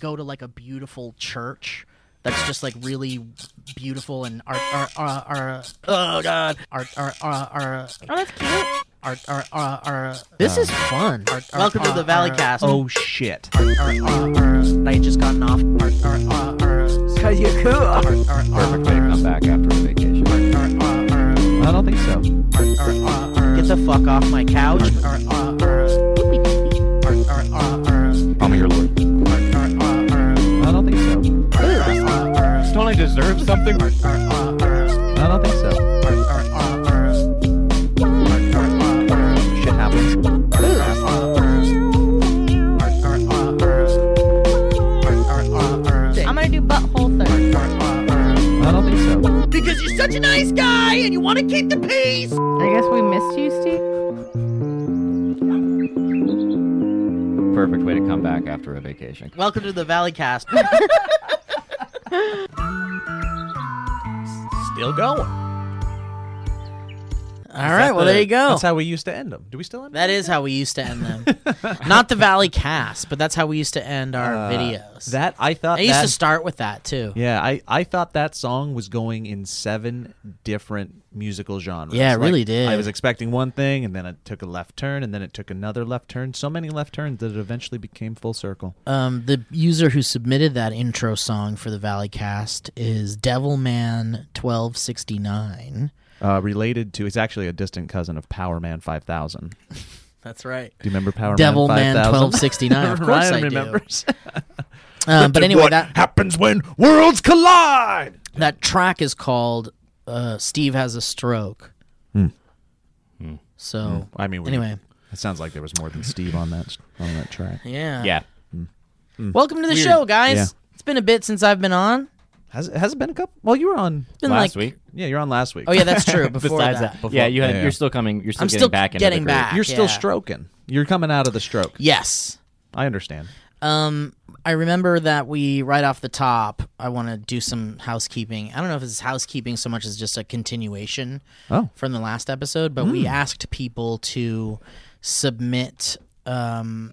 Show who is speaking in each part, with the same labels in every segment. Speaker 1: go to like a beautiful church that's just like really beautiful and art, art, art, art oh god art art art art
Speaker 2: Oh, that's cute.
Speaker 1: art art art art this is fun art, art,
Speaker 3: Welcome to
Speaker 1: art,
Speaker 3: the Valley
Speaker 1: art,
Speaker 3: Cast.
Speaker 4: Oh shit.
Speaker 1: art, art, art, art. I just gotten off art art art art
Speaker 2: Cause you're cool.
Speaker 1: art art
Speaker 4: Perfect way to come
Speaker 1: art
Speaker 4: back after a vacation.
Speaker 1: art art art
Speaker 4: I don't think so.
Speaker 3: Get the fuck off my couch.
Speaker 4: Come your lord. I don't think so. Don't I deserve something? I don't think so. Shit happens.
Speaker 2: I'm gonna do butthole third.
Speaker 1: uh,
Speaker 4: I don't think so.
Speaker 1: Because you're such a nice guy and you want to keep the peace.
Speaker 2: I guess we missed you, Steve.
Speaker 4: Perfect way to come back after a vacation.
Speaker 3: Welcome to the Valley Cast.
Speaker 5: Still going.
Speaker 3: All right, well there you go.
Speaker 5: That's how we used to end them. Do we still end? 'em?
Speaker 3: That is how we used to end them. Not the Valley Cast, but that's how we used to end our
Speaker 4: Uh,
Speaker 3: videos.
Speaker 4: That I thought
Speaker 3: I used
Speaker 4: that,
Speaker 3: to start with that too.
Speaker 4: Yeah, I, I thought that song was going in seven different musical genres.
Speaker 3: Yeah, it really did.
Speaker 4: I was expecting one thing, and then it took a left turn, and then it took another left turn. So many left turns that it eventually became full circle.
Speaker 3: Um, the user who submitted that intro song for the Valley Cast is Devilman1269.
Speaker 4: Uh, related to, it's actually a distant cousin of Power Man 5000. Do
Speaker 3: That's right.
Speaker 4: you remember Power
Speaker 3: Devil Man
Speaker 4: Man 5000?
Speaker 3: 1269. Of course I
Speaker 4: Ryan
Speaker 3: do.
Speaker 4: remembers.
Speaker 3: Um, but anyway, that,
Speaker 4: happens when worlds collide?
Speaker 3: that track is called uh, Steve Has a Stroke.
Speaker 4: Hmm.
Speaker 5: Hmm.
Speaker 3: So,
Speaker 4: I mean, we-
Speaker 3: anyway.
Speaker 4: it sounds like there was more than Steve on that on that track.
Speaker 3: Yeah.
Speaker 5: Yeah.
Speaker 3: Welcome to the show, guys.
Speaker 4: Yeah.
Speaker 3: It's been a bit since I've been on.
Speaker 4: Has has it been a couple? Well, you were on.
Speaker 3: Been like,
Speaker 5: Last week.
Speaker 4: Yeah, you're on last week.
Speaker 3: Oh, yeah, that's true. Before
Speaker 5: Besides
Speaker 3: that.
Speaker 5: that. yeah, you had,
Speaker 4: Yeah.
Speaker 5: you're still coming. You're still
Speaker 3: I'm
Speaker 5: getting
Speaker 3: still
Speaker 5: back. into the
Speaker 3: getting
Speaker 5: groove.
Speaker 3: back.
Speaker 4: You're still
Speaker 3: yeah.
Speaker 4: stroking. You're coming out of the stroke.
Speaker 3: Yes.
Speaker 4: I understand.
Speaker 3: Um, I remember that we right off the top. I want to do some housekeeping. I don't know if it's housekeeping so much as just a continuation
Speaker 4: Oh. Hmm.
Speaker 3: from the last episode, but we asked people to submit um,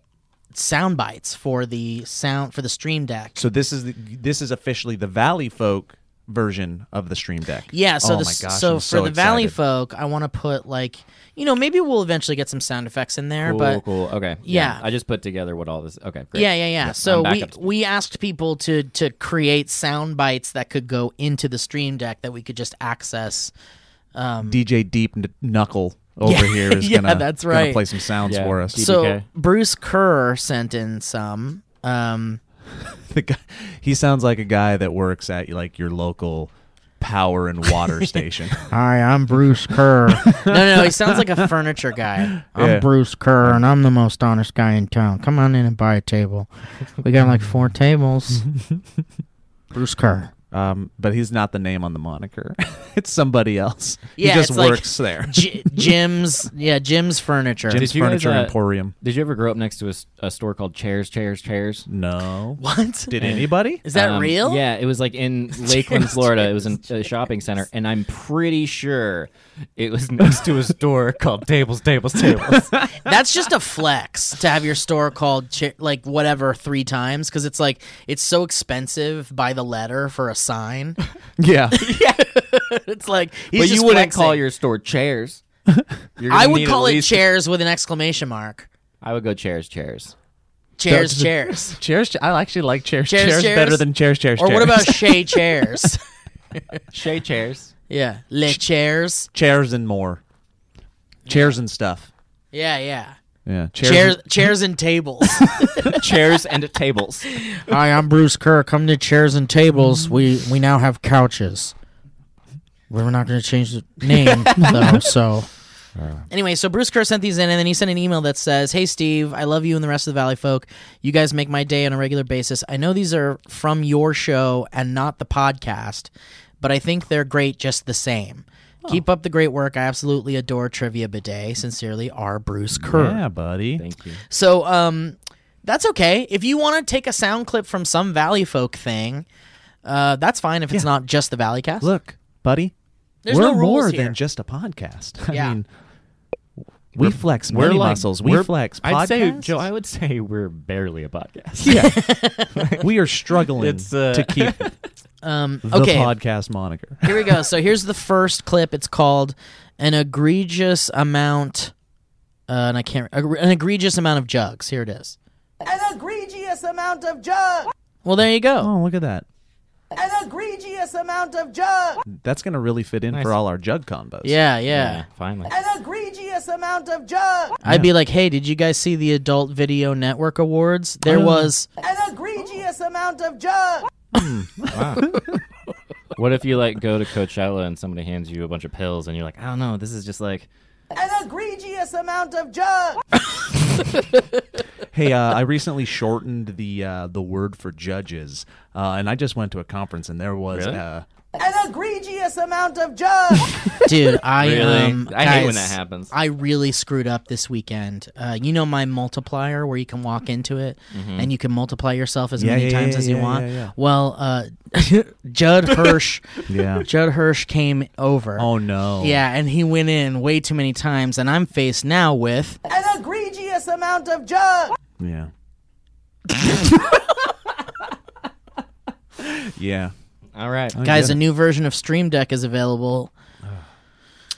Speaker 3: sound bites for the sound for the stream deck.
Speaker 4: So this is the, this is officially the Valley folk version of the Stream Deck.
Speaker 3: Yeah, so
Speaker 4: oh
Speaker 3: this,
Speaker 4: my gosh,
Speaker 3: so
Speaker 4: I'm
Speaker 3: for the Valley
Speaker 4: excited.
Speaker 3: folk, I want to put like you know maybe we'll eventually get some sound effects in there,
Speaker 5: Cool,
Speaker 3: but
Speaker 5: cool. Okay.
Speaker 3: Yeah.
Speaker 5: I just put together what all this. Okay. Great.
Speaker 3: Yeah, yeah, yeah. So
Speaker 5: I'm back
Speaker 3: we
Speaker 5: up to-
Speaker 3: we asked people to to create sound bites that could go into the stream deck that we could just access.
Speaker 4: DJ Deep Kn- Knuckle over
Speaker 3: Yeah,
Speaker 4: here is
Speaker 3: yeah,
Speaker 4: gonna,
Speaker 3: that's
Speaker 4: gonna
Speaker 3: right.
Speaker 4: play some sounds
Speaker 5: Yeah.
Speaker 4: for us.
Speaker 5: Deep-
Speaker 3: So
Speaker 5: DBK.
Speaker 3: Bruce Kerr sent in some. Um,
Speaker 4: The guy, he sounds like a guy that works at like your local power and water station.
Speaker 3: Hi, I'm Bruce Kerr. no, no, no, he sounds like a furniture guy. I'm
Speaker 4: Yeah.
Speaker 3: Bruce Kerr, and I'm the most honest guy in town. Come on in and buy a table. We got like four tables. Bruce Kerr.
Speaker 4: Um, but he's not the name on the moniker. it's somebody else.
Speaker 3: Yeah,
Speaker 4: he just
Speaker 3: it's like-
Speaker 4: works there.
Speaker 3: J- Jim's, yeah, Jim's furniture.
Speaker 4: Jim's
Speaker 5: Did you guys,
Speaker 4: Furniture
Speaker 5: uh,
Speaker 4: Emporium.
Speaker 5: Did you ever grow up next to a, s- a store called Chairs, Chairs, Chairs?
Speaker 4: No.
Speaker 3: what?
Speaker 4: Did anybody?
Speaker 3: Is that
Speaker 5: Um,
Speaker 3: real?
Speaker 5: Yeah, it was like in Lakeland, Florida. It was in a shopping center, and I'm pretty sure it was next to a store called Tables, Tables, Tables.
Speaker 3: That's just a flex to have your store called chi- like whatever three times because it's like it's so expensive by the letter for a sign.
Speaker 4: Yeah.
Speaker 3: it's like he's
Speaker 5: but
Speaker 3: just
Speaker 5: you wouldn't
Speaker 3: flexing.
Speaker 5: call your store Chairs. You're gonna
Speaker 3: I would
Speaker 5: need
Speaker 3: call it
Speaker 5: at least-
Speaker 3: chairs with an exclamation mark.
Speaker 5: I would go Chairs, Chairs.
Speaker 3: Chairs,
Speaker 4: That's-
Speaker 3: chairs.
Speaker 4: chairs. I actually like chairs.
Speaker 3: Chairs,
Speaker 4: Chairs,
Speaker 3: chairs.
Speaker 4: better than chairs. Chairs.
Speaker 3: Or what
Speaker 4: chairs.
Speaker 3: about Shay chairs?
Speaker 5: Shay Chairs.
Speaker 3: yeah, le chairs.
Speaker 4: chairs and more? Chairs and stuff.
Speaker 3: Yeah, yeah.
Speaker 4: Yeah. Chairs.
Speaker 3: Chairs, chairs and tables.
Speaker 5: chairs and tables.
Speaker 3: Hi, I'm Bruce Kerr. Come to chairs and tables. We we now have couches. We're not going to change the name though. So anyway, so Bruce Kerr sent these in, and then he sent an email that says, "Hey Steve, I love you and the rest of the Valley folk. You guys make my day on a regular basis. I know these are from your show and not the podcast, but I think they're great just the same." Keep up the great work. I absolutely adore Trivia Bidet. Sincerely, R. Bruce Kerr.
Speaker 4: yeah, buddy.
Speaker 5: Thank you.
Speaker 3: So um that's okay. If you want to take a sound clip from some Valley folk thing, uh, that's fine if it's not just the Valley cast.
Speaker 4: Look, buddy.
Speaker 3: There's
Speaker 4: we're
Speaker 3: no rules
Speaker 4: more
Speaker 3: here.
Speaker 4: than just a podcast. I
Speaker 3: Yeah.
Speaker 4: mean, We
Speaker 1: We're-
Speaker 4: flex
Speaker 1: we're
Speaker 4: many
Speaker 1: like-
Speaker 4: muscles. We
Speaker 1: we're-
Speaker 4: flex podcasts.
Speaker 5: I'd say, Joe, I would say we're barely a podcast.
Speaker 4: yeah. we are struggling
Speaker 5: It's, uh,
Speaker 4: to keep the
Speaker 3: Um, okay.
Speaker 4: podcast moniker.
Speaker 3: Here we go. So here's the first clip. It's called "An Egregious Amount," uh, and I can't. An egregious amount of jugs. Here it is.
Speaker 6: An egregious amount of jug.
Speaker 3: Well, there you go.
Speaker 4: Oh, look at that.
Speaker 6: An egregious amount of jug.
Speaker 4: That's going to really fit in for all our jug combos.
Speaker 3: Yeah, yeah,
Speaker 5: finally.
Speaker 6: An egregious amount of jug.
Speaker 3: I'd be like, "Hey, did you guys see the Adult Video Network Awards? There
Speaker 4: Oh.
Speaker 3: was
Speaker 6: An egregious amount of jug.
Speaker 5: What if you like go to Coachella and somebody hands you a bunch of pills and you're like, I don't know, this is just like
Speaker 6: An egregious amount of jug.
Speaker 4: Hey, uh, I recently shortened the uh, the word for judges, uh, and I just went to a conference, and there was
Speaker 5: Really?
Speaker 4: uh,
Speaker 6: An egregious amount of jug.
Speaker 3: dude. I
Speaker 5: Really?
Speaker 3: um,
Speaker 5: I hate when
Speaker 3: guys,
Speaker 5: that happens.
Speaker 3: I really screwed up this weekend. Uh, you know my multiplier where you can walk into it
Speaker 5: Mm-hmm.
Speaker 3: and you can multiply yourself as
Speaker 4: Yeah,
Speaker 3: many
Speaker 4: yeah,
Speaker 3: times
Speaker 4: yeah,
Speaker 3: as you
Speaker 4: yeah,
Speaker 3: want.
Speaker 4: yeah, yeah.
Speaker 3: Well, uh, Judd Hirsch.
Speaker 4: yeah.
Speaker 3: Judd Hirsch came over.
Speaker 4: Oh no.
Speaker 3: Yeah, and he went in way too many times, and I'm faced now with
Speaker 6: An egregious amount of jug.
Speaker 4: Yeah. yeah.
Speaker 5: all right.
Speaker 3: guys. A new version of Stream Deck is available,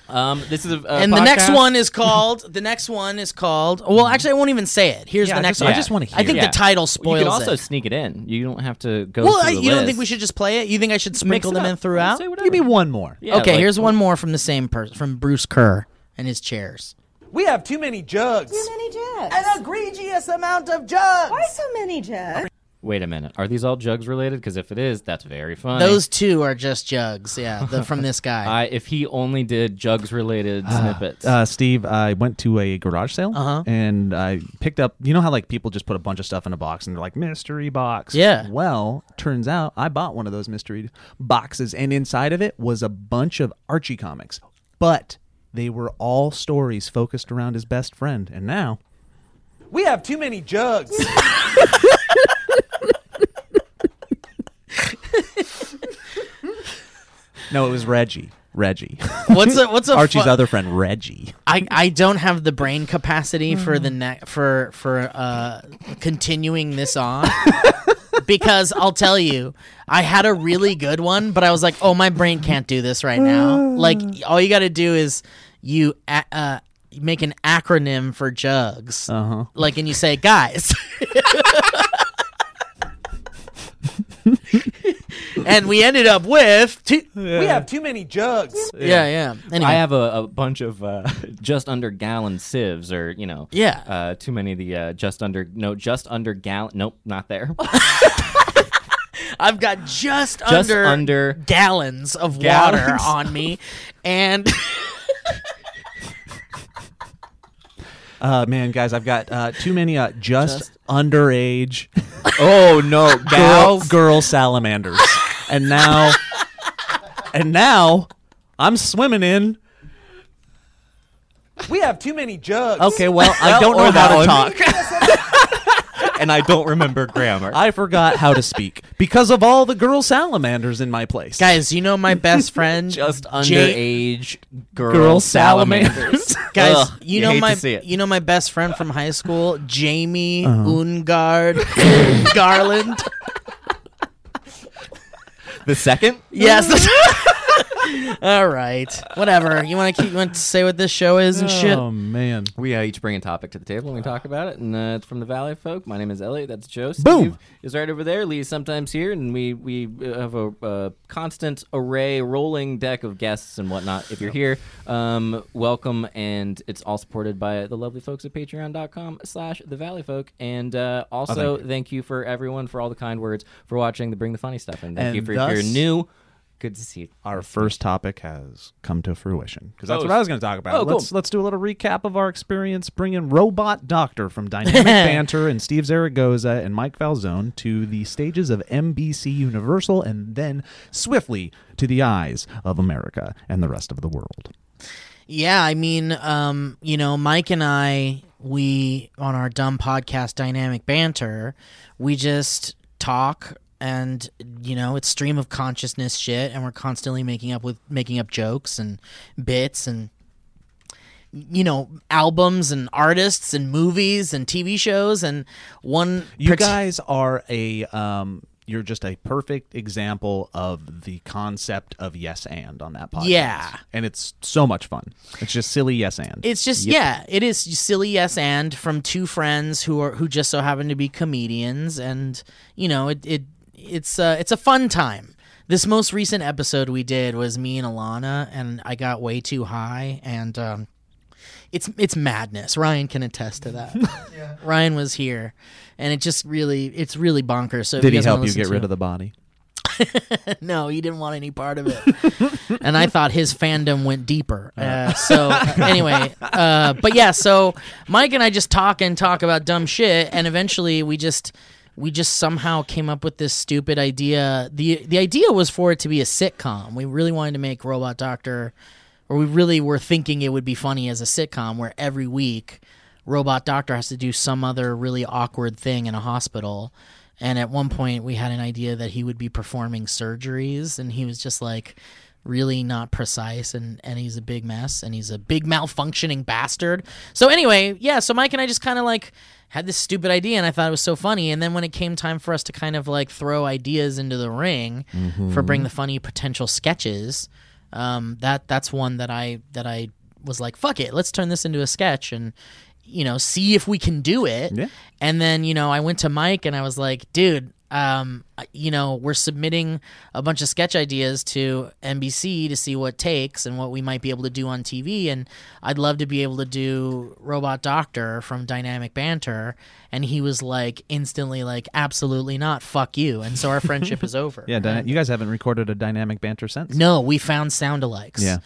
Speaker 5: Um this is a, a
Speaker 3: and the next
Speaker 5: podcast.
Speaker 3: one is called. The next one is called. Well, actually, I won't even say it. Here's
Speaker 4: Yeah,
Speaker 3: the
Speaker 4: I
Speaker 3: next
Speaker 4: just-
Speaker 3: one.
Speaker 4: I just wanna
Speaker 3: I think
Speaker 5: hear. Yeah.
Speaker 3: the title
Speaker 5: you
Speaker 3: spoils
Speaker 5: can also
Speaker 3: it.
Speaker 5: sneak it in. You don't have to go
Speaker 3: well, I,
Speaker 5: through
Speaker 3: you
Speaker 5: the
Speaker 3: don't
Speaker 5: list.
Speaker 3: think we should just play it? You think I should sprinkle
Speaker 5: it
Speaker 3: them
Speaker 5: up.
Speaker 3: in throughout?
Speaker 5: Say whatever.
Speaker 4: Give me one more.
Speaker 5: Yeah,
Speaker 3: okay,
Speaker 5: like-
Speaker 3: here's one more from the same person, from Bruce Kerr and his chairs.
Speaker 7: We have too many jugs.
Speaker 8: many jugs?
Speaker 6: An egregious amount of jug.
Speaker 8: Why so many jugs?
Speaker 5: Wait a minute. Are these all jugs related? Because if it is, that's very funny.
Speaker 3: Those two are just jugs, yeah, the, from this guy.
Speaker 5: I, if he only did jugs related snippets.
Speaker 4: Uh, Steve, I went to a garage sale
Speaker 3: Uh-huh.
Speaker 4: and I picked up. You know how like people just put a bunch of stuff in a box and they're like mystery box.
Speaker 3: Yeah.
Speaker 4: Well, turns out I bought one of those mystery boxes, and inside of it was a bunch of Archie comics, but they were all stories focused around his best friend. And now,
Speaker 7: We have too many jugs.
Speaker 4: no, it was Reggie. Reggie,
Speaker 3: what's a what's a
Speaker 4: Archie's
Speaker 3: fu-
Speaker 4: other friend, Reggie.
Speaker 3: I, I don't have the brain capacity for the ne- for for uh, continuing this on because I'll tell you I had a really good one but I was like oh my brain can't do this right now like all you got to do is you a- uh, make an acronym for jugs
Speaker 4: Uh huh.
Speaker 3: like and you say guys and we ended up with two-
Speaker 7: We have too many jugs.
Speaker 3: yeah yeah anyway
Speaker 5: I have a, a bunch of uh, just under gallon sieves, or you know,
Speaker 3: Yeah.
Speaker 5: uh, too many of the uh, just under no, just under gallon. Nope, not there.
Speaker 3: I've got just,
Speaker 5: Just
Speaker 3: under,
Speaker 5: under
Speaker 3: gallons of water
Speaker 5: gallons.
Speaker 3: on me, and
Speaker 4: Uh, man, guys, I've got uh, too many uh, just, underage
Speaker 5: oh no,
Speaker 4: girl, girl salamanders, and now, and now, I'm swimming in.
Speaker 7: We have too many jugs.
Speaker 4: Okay, well, I don't know how to talk.
Speaker 5: and I don't remember grammar.
Speaker 4: I forgot how to speak because of all the girl salamanders in my place.
Speaker 3: guys, you know my best friend,
Speaker 5: just
Speaker 3: Jay-
Speaker 5: underage girl,
Speaker 4: girl
Speaker 5: salamanders.
Speaker 4: salamanders.
Speaker 3: guys,
Speaker 5: Ugh,
Speaker 3: you know
Speaker 5: hate
Speaker 3: my
Speaker 5: to see it.
Speaker 3: you know my best friend from high school, Jamie Ungard Garland.
Speaker 5: the second.
Speaker 3: Yes. All right, whatever. You want to keep you want to say what this show is and shit.
Speaker 4: Oh man,
Speaker 5: We uh, each bring a topic to the table and we talk about it. And uh, it's from the Valley folk. My name is Elliot. That's Joe. Steve
Speaker 4: Boom.
Speaker 5: is right over there. Lee is sometimes here, and we we uh, have a uh, constant array, rolling deck of guests and whatnot. If you're here, um, welcome, and it's all supported by the lovely folks at Patreon.com/slash The Valley Folk. And uh, also, thank, you. for everyone for all the kind words for watching the Bring the Funny Stuff, and thank
Speaker 4: And
Speaker 5: you for if
Speaker 4: thus-
Speaker 5: you're new. Good to see you.
Speaker 4: our first topic has come to fruition because that's
Speaker 5: Oh,
Speaker 4: what I was going to talk about.
Speaker 5: oh, cool.
Speaker 4: let's let's do a little recap of our experience bringing Robot Doctor from Dynamic Banter and Steve Zaragoza and Mike Falzone to the stages of NBC Universal and then swiftly to the eyes of America and the rest of the world.
Speaker 3: Yeah, I mean, um, you know, Mike and I, we on our dumb podcast, Dynamic Banter, we just talk, and you know, it's stream of consciousness shit, and we're constantly making up with making up jokes and bits and you know albums and artists and movies and TV shows and one
Speaker 4: You
Speaker 3: partic-
Speaker 4: guys are a um you're just a perfect example of the concept of yes and on that podcast.
Speaker 3: Yeah.
Speaker 4: And it's so much fun. It's just silly yes and.
Speaker 3: It's just yeah, it is silly yes and from two friends who are who just so happen to be comedians and you know it it it's uh, it's a fun time. This most recent episode we did was me and Alana and I got way too high and um, it's it's madness. Ryan can attest to that. Ryan was here and it just really it's really bonkers. So if
Speaker 4: Did
Speaker 3: you
Speaker 4: he
Speaker 3: guys wanna
Speaker 4: help you
Speaker 3: listen
Speaker 4: get
Speaker 3: to
Speaker 4: rid
Speaker 3: it-
Speaker 4: of the body?
Speaker 3: no, he didn't want any part of it. and I thought his fandom went deeper. Uh, so anyway, uh, but yeah, so Mike and I just talk and talk about dumb shit, and eventually we just we just somehow came up with this stupid idea. the The idea was for it to be a sitcom. We really wanted to make Robot Doctor, or we really were thinking it would be funny as a sitcom, where every week robot doctor has to do some other really awkward thing in a hospital. And at one point, we had an idea that he would be performing surgeries, and he was just like really not precise, and, and he's a big mess, and he's a big malfunctioning bastard. So, anyway, yeah, so Mike and I just kind of like had this stupid idea, and I thought it was so funny. And then when it came time for us to kind of like throw ideas into the ring for Bring the Funny potential sketches, um, that that's one that I that I was like, fuck it, let's turn this into a sketch and you know see if we can do it.
Speaker 4: Yeah.
Speaker 3: And then you know I went to Mike and I was like, dude, um, you know we're submitting a bunch of sketch ideas to NBC to see what takes and what we might be able to do on TV. And I'd love to be able to do Robot Doctor from Dynamic Banter. And he was like instantly like, absolutely not, fuck you. And so our friendship is over.
Speaker 4: Yeah, dyna- you guys haven't recorded a dynamic banter sentence.
Speaker 3: No, we found sound alikes.
Speaker 4: Yeah.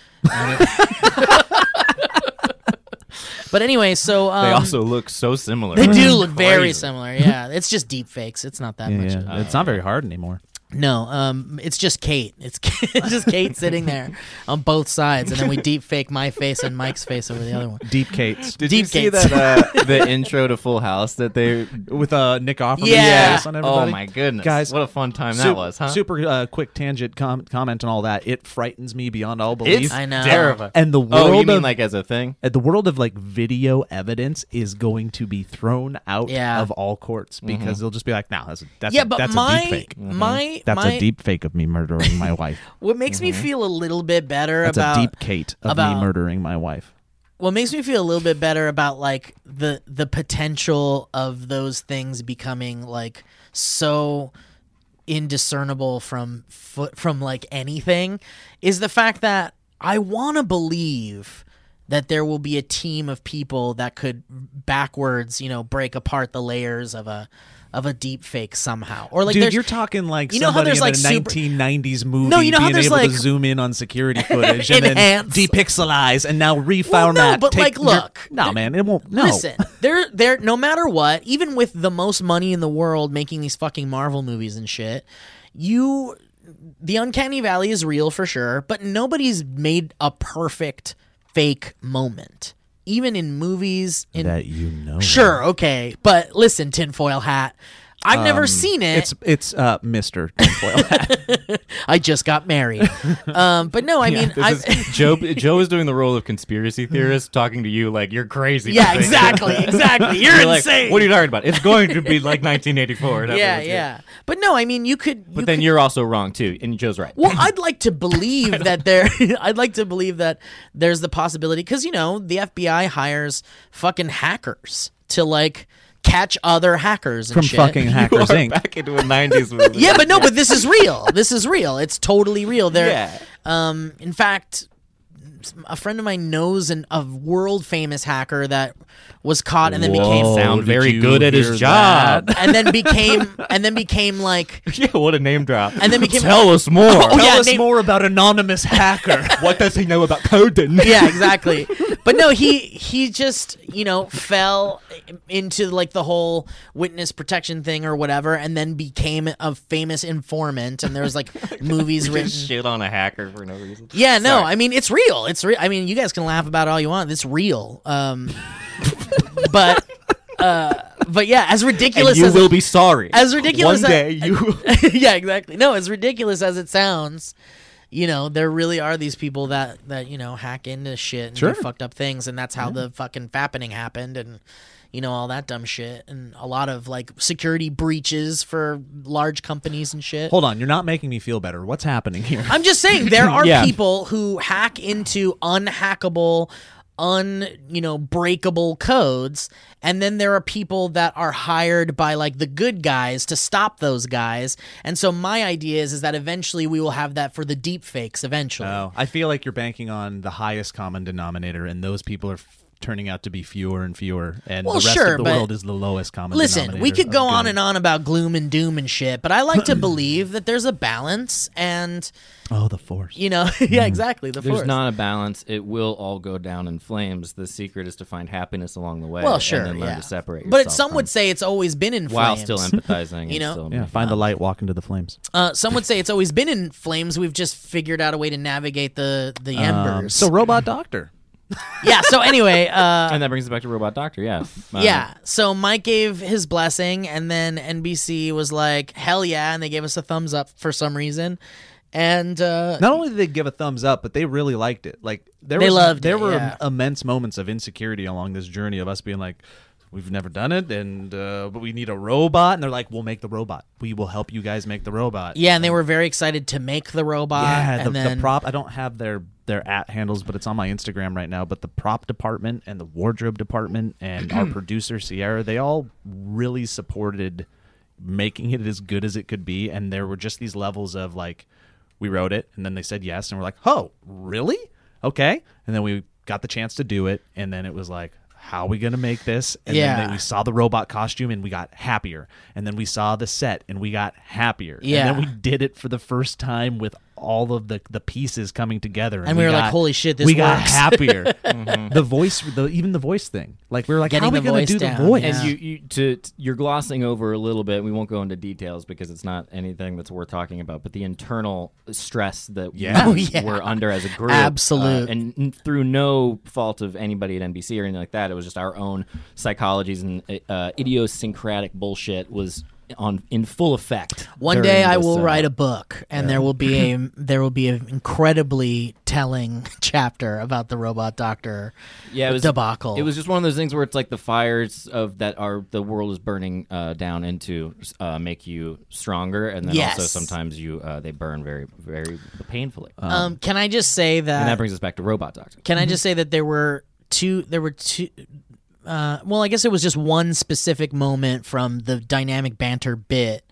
Speaker 3: But anyway, so um,
Speaker 5: They also look so similar.
Speaker 3: They do look very
Speaker 5: Crazy.
Speaker 3: similar. Yeah, it's just deep fakes. It's not that
Speaker 4: Yeah,
Speaker 3: much.
Speaker 4: yeah. It's not very hard anymore.
Speaker 3: No, um, it's just Kate. It's it's just Kate sitting there on both sides, and then we deep fake my face and Mike's face over the other one.
Speaker 4: Deep Kate's
Speaker 5: Did
Speaker 3: Deep
Speaker 5: you see
Speaker 3: gates.
Speaker 5: that uh, the intro to Full House that they?
Speaker 4: with uh, Nick Offerman.
Speaker 3: Yeah.
Speaker 4: yes, on
Speaker 5: Oh
Speaker 4: everybody.
Speaker 5: my goodness,
Speaker 4: Guys,
Speaker 5: What a fun time
Speaker 4: Sup-
Speaker 5: that was, huh?
Speaker 4: Super uh, quick tangent com- comment and all that. It frightens me beyond all belief.
Speaker 5: It's
Speaker 3: I know.
Speaker 5: terrifying.
Speaker 4: and the world
Speaker 5: Oh, you mean
Speaker 4: of,
Speaker 5: like as a thing?
Speaker 4: uh, the world of like video evidence is going to be thrown out
Speaker 3: Yeah.
Speaker 4: of all courts
Speaker 5: Mm-hmm.
Speaker 4: because they'll just be like, "Now nah, that's a, that's
Speaker 3: yeah,
Speaker 4: a,
Speaker 3: but
Speaker 4: that's
Speaker 3: my
Speaker 4: a deep fake.
Speaker 3: my
Speaker 4: That's
Speaker 3: my
Speaker 4: a deep fake of me murdering my wife.
Speaker 3: what makes me feel a little bit better
Speaker 4: That's
Speaker 3: about
Speaker 4: a deep Kate of
Speaker 3: about-
Speaker 4: me murdering my wife."
Speaker 3: what makes me feel a little bit better about like the the potential of those things becoming like so indiscernible from fo- from like anything is the fact that I want to believe that there will be a team of people that could backwards, you know, break apart the layers of a of a deep fake somehow. Or like
Speaker 4: Dude,
Speaker 3: there's-
Speaker 4: you're talking like
Speaker 3: You know how
Speaker 4: somebody
Speaker 3: there's,
Speaker 4: in
Speaker 3: like,
Speaker 4: a
Speaker 3: super-
Speaker 4: 1990s movie
Speaker 3: No, you know how
Speaker 4: being
Speaker 3: there's,
Speaker 4: able
Speaker 3: like-
Speaker 4: to zoom in on security footage and then
Speaker 3: Enhance.
Speaker 4: depixelize and now reformat.
Speaker 3: Well, no, but,
Speaker 4: take
Speaker 3: like,
Speaker 4: your-
Speaker 3: look.
Speaker 4: no, man, it won't. No,
Speaker 3: Listen, they're they're no matter what, even with the most money in the world making these fucking Marvel movies and shit, you the uncanny valley is real for sure, but nobody's made a perfect fake moment. Even in movies in
Speaker 4: that you know.
Speaker 3: Sure, okay. But listen, tinfoil hat. I've never
Speaker 5: Um,
Speaker 3: seen it.
Speaker 4: It's it's uh, Mister Tinfoil Hat.
Speaker 3: I just got married. um, but no, I mean I
Speaker 5: This is, Joe Joe is doing the role of conspiracy theorist, talking to you like you're crazy.
Speaker 3: Yeah,
Speaker 5: for thinking
Speaker 3: exactly,
Speaker 5: that.
Speaker 3: exactly. You're,
Speaker 5: You're like,
Speaker 3: insane.
Speaker 5: what are you talking about? It's going to be like 1984. That's
Speaker 3: yeah,
Speaker 5: what it is.
Speaker 3: yeah. But no, I mean you could
Speaker 5: But
Speaker 3: you
Speaker 5: then
Speaker 3: could-
Speaker 5: you're also wrong too, and Joe's right.
Speaker 3: Well, I'd like to believe that there. I'd like to believe that there's the possibility because you know the FBI hires fucking hackers to like catch other hackers and
Speaker 4: from
Speaker 3: shit.
Speaker 4: fucking Hackers Inc.
Speaker 5: Back into a 90s movie.
Speaker 3: Yeah, but no, but this is real. This is real. It's totally real. There.
Speaker 5: Yeah.
Speaker 3: Um. In fact. A friend of mine knows an, a world famous hacker that was caught and then became
Speaker 5: sound
Speaker 4: did
Speaker 5: very
Speaker 4: you
Speaker 5: good at his
Speaker 4: hear
Speaker 5: job.
Speaker 3: and then became and then became like
Speaker 5: yeah, what a name drop.
Speaker 3: And then became-
Speaker 5: tell us more.
Speaker 3: Oh, yeah, name-
Speaker 4: more about anonymous hacker.
Speaker 5: What does he know about coding?
Speaker 3: yeah, exactly. But no, he he just you know fell into like the whole witness protection thing or whatever, and then became a famous informant. And there was like movies written.
Speaker 5: Just shit on a hacker for no reason.
Speaker 3: Yeah, no,
Speaker 5: Sorry.
Speaker 3: I mean it's real. It's real. I mean you guys can laugh about it all you want. It's real. Um, but uh, but yeah, as ridiculous
Speaker 5: you
Speaker 3: as
Speaker 5: will be sorry.
Speaker 3: as ridiculous
Speaker 5: One
Speaker 3: as-
Speaker 5: day you.
Speaker 3: yeah, exactly. No, as ridiculous as it sounds, you know, there really are these people that that you know hack into shit and
Speaker 4: Sure.
Speaker 3: do fucked up things, and that's how the fucking fappening happened, and you know all that dumb shit, and a lot of like security breaches for large companies and shit.
Speaker 4: Hold on, you're not making me feel better. What's happening here?
Speaker 3: I'm just saying there are
Speaker 4: Yeah.
Speaker 3: people who hack into unhackable, un you know breakable codes, and then there are people that are hired by like the good guys to stop those guys. And so my idea is is that eventually we will have that for the deep fakes eventually.
Speaker 4: Oh, I feel like you're banking on the highest common denominator, and those people are f- turning out to be fewer and fewer, and
Speaker 3: Well,
Speaker 4: the rest
Speaker 3: sure,
Speaker 4: of the
Speaker 3: but-
Speaker 4: world is the lowest common.
Speaker 3: Listen, we
Speaker 4: denominator
Speaker 3: could
Speaker 4: of
Speaker 3: go on
Speaker 4: good.
Speaker 3: and on about gloom and doom and shit, but I like to believe that there's a balance and,
Speaker 4: Oh, the force.
Speaker 3: you know, yeah, exactly, the
Speaker 5: Hmm. There's
Speaker 3: force.
Speaker 5: not a balance. It will all go down in flames. The secret is to find happiness along the way.
Speaker 3: well, sure,
Speaker 5: and then learn
Speaker 3: yeah.
Speaker 5: to separate.
Speaker 3: but
Speaker 5: yourself
Speaker 3: some would
Speaker 5: from-
Speaker 3: say it's always been in
Speaker 5: while
Speaker 3: flames.
Speaker 5: still empathizing.
Speaker 3: You
Speaker 5: and
Speaker 3: know?
Speaker 5: still
Speaker 4: Yeah, find the light, walk into the flames.
Speaker 3: Uh, some would say it's always been in flames. We've just figured out a way to navigate the the
Speaker 4: Um,
Speaker 3: embers.
Speaker 4: so, robot doctor.
Speaker 3: yeah. So anyway, uh,
Speaker 5: and that brings us back to Robot Doctor. Yeah. Uh,
Speaker 3: yeah. So Mike gave his blessing, and then NBC was like, "Hell yeah!" and they gave us a thumbs up for some reason. And uh,
Speaker 4: Not only did they give a thumbs up, but they really liked it. Like there
Speaker 3: They
Speaker 4: was,
Speaker 3: loved
Speaker 4: There
Speaker 3: it,
Speaker 4: were
Speaker 3: yeah.
Speaker 4: immense moments of insecurity along this journey of us being like, "We've never done it," and uh, but we need a robot, and they're like, "We'll make the robot. We will help you guys make the robot."
Speaker 3: yeah, and they were very excited to make the robot.
Speaker 4: Yeah,
Speaker 3: and
Speaker 4: the,
Speaker 3: then,
Speaker 4: the prop. I don't have their their at handles, but it's on my Instagram right now. But the prop department and the wardrobe department and our producer Sierra, they all really supported making it as good as it could be. And there were just these levels of like, we wrote it, and then they said yes, and we're like, oh, really? Okay. And then we got the chance to do it, and then it was like. How are we gonna make this? And
Speaker 3: Yeah.
Speaker 4: then they- we saw the robot costume and we got happier. And then we saw the set and we got happier.
Speaker 3: Yeah.
Speaker 4: And then we did it for the first time with all of the the pieces coming together,
Speaker 3: And we were like, "Holy shit, this
Speaker 4: We got
Speaker 3: works."
Speaker 4: happier.
Speaker 5: Mm-hmm.
Speaker 4: The voice, the even the voice thing, like we were like,
Speaker 3: Getting
Speaker 4: "How are we
Speaker 3: the
Speaker 4: gonna
Speaker 3: voice
Speaker 4: do
Speaker 3: down,
Speaker 4: the voice?"
Speaker 5: And
Speaker 3: Yeah.
Speaker 5: you, you to t- you're glossing over a little bit. We won't go into details because it's not anything that's worth talking about. But the internal stress that
Speaker 4: Yeah.
Speaker 5: we
Speaker 4: Oh,
Speaker 3: yeah.
Speaker 5: were under as a group,
Speaker 3: Absolute.
Speaker 5: uh, and n- through no fault of anybody at NBC or anything like that, it was just our own psychologies and uh, idiosyncratic bullshit was on in full effect.
Speaker 3: One
Speaker 5: during
Speaker 3: day I
Speaker 5: this,
Speaker 3: will
Speaker 5: uh,
Speaker 3: write a book, and there will be a there will be an incredibly telling chapter about the robot doctor.
Speaker 5: yeah, it was,
Speaker 3: debacle.
Speaker 5: It was just one of those things where it's like the fires of that are the world is burning uh, down into uh, make you stronger, and then
Speaker 3: Yes.
Speaker 5: also sometimes you uh, they burn very very painfully,
Speaker 3: Um, can I just say that?
Speaker 5: and that brings us back to Robot Doctor.
Speaker 3: Can I just say that there were two? There were two. Uh, well, I guess it was just one specific moment from the dynamic banter bit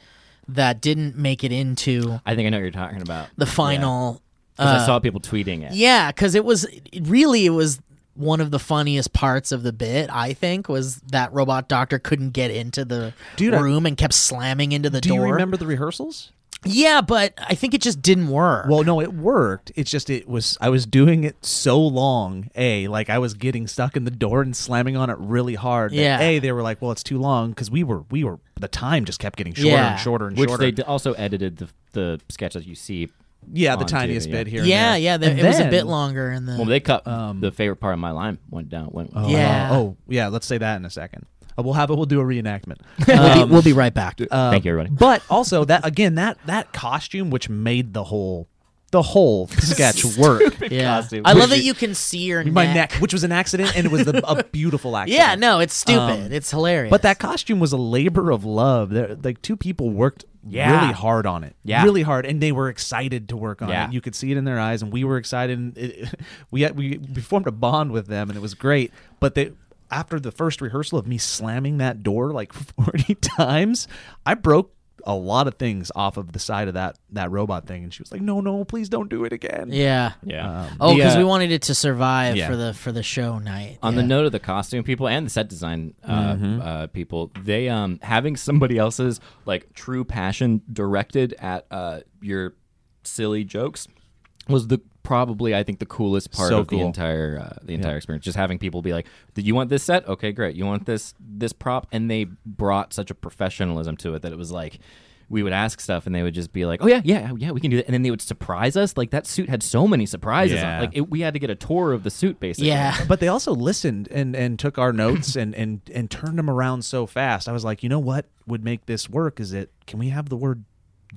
Speaker 3: that didn't make it into
Speaker 5: I think I know what you're talking about.
Speaker 3: the final.
Speaker 5: 'Cause I saw people tweeting it.
Speaker 3: Yeah, because it was it- really it was one of the funniest parts of the bit. I think was that robot doctor couldn't get into the
Speaker 4: Dude, I-
Speaker 3: room and kept slamming into the
Speaker 4: do
Speaker 3: door.
Speaker 4: you remember the rehearsals?
Speaker 3: Yeah, but I think it just didn't work.
Speaker 4: Well, no, it worked. It's just it was I was doing it so long. A like I was getting stuck in the door and slamming on it really hard. that,
Speaker 3: Yeah.
Speaker 4: A they were like, well, it's too long because we were we were the time just kept getting shorter
Speaker 3: Yeah.
Speaker 4: and shorter and
Speaker 5: Which
Speaker 4: shorter.
Speaker 5: they d- also edited the the sketch that you see.
Speaker 4: yeah, the
Speaker 5: on
Speaker 4: tiniest
Speaker 5: TV, yeah.
Speaker 4: bit here. and
Speaker 3: yeah,
Speaker 4: there.
Speaker 3: yeah, the, it
Speaker 4: And
Speaker 3: was a
Speaker 4: then-
Speaker 3: bit longer in the.
Speaker 5: Well, they cut
Speaker 3: Um,
Speaker 5: the favorite part of my line went down. Went
Speaker 4: Oh,
Speaker 3: Yeah.
Speaker 4: oh, yeah. Let's say that in a second. Uh, we'll have it. We'll do a reenactment.
Speaker 3: we'll, be, we'll be right back.
Speaker 5: Thank you, everybody.
Speaker 4: but also that again, that that costume which made the whole the whole sketch work.
Speaker 3: yeah,
Speaker 5: costume.
Speaker 3: I love
Speaker 4: Which
Speaker 3: that you can see your
Speaker 4: My neck, which was an accident, and it was the, a beautiful accident.
Speaker 3: Yeah, no, it's stupid.
Speaker 4: Um,
Speaker 3: it's hilarious.
Speaker 4: But that costume was a labor of love. There, like two people worked
Speaker 5: Yeah.
Speaker 4: really hard on it,
Speaker 5: Yeah.
Speaker 4: really hard, and they were excited to work on
Speaker 5: Yeah.
Speaker 4: it. You could see it in their eyes, and we were excited. And it, we had, we we formed a bond with them, and it was great. But they. After the first rehearsal of me slamming that door like 40 times, I broke a lot of things off of the side of that that robot thing and she was like, "No, no, please don't do it again."
Speaker 3: yeah.
Speaker 5: Yeah.
Speaker 3: Oh,
Speaker 5: The,
Speaker 3: because
Speaker 5: uh,
Speaker 3: we wanted it to survive
Speaker 4: Yeah.
Speaker 3: for the for the show night.
Speaker 5: on the
Speaker 3: Yeah.
Speaker 5: note of the costume people and the set design uh,
Speaker 4: Mm-hmm.
Speaker 5: uh, people, they um having somebody else's like true passion directed at uh your silly jokes was the probably I think the coolest part
Speaker 4: So
Speaker 5: of the
Speaker 4: cool.
Speaker 5: entire uh, the entire experience. Just having people be like, "Did you want this set? Okay, great. You want this this prop?" And they brought such a professionalism to it that it was like. We would ask stuff, and they would just be like, "Oh yeah, yeah, yeah, we can do that." And then they would surprise us. Like that suit had so many surprises. On.
Speaker 4: Yeah.
Speaker 5: it. Like it, we had to get a tour of the suit, basically.
Speaker 3: Yeah.
Speaker 4: but they also listened and and took our notes and and and turned them around so fast. I was like, you know what would make this work is it can we have the word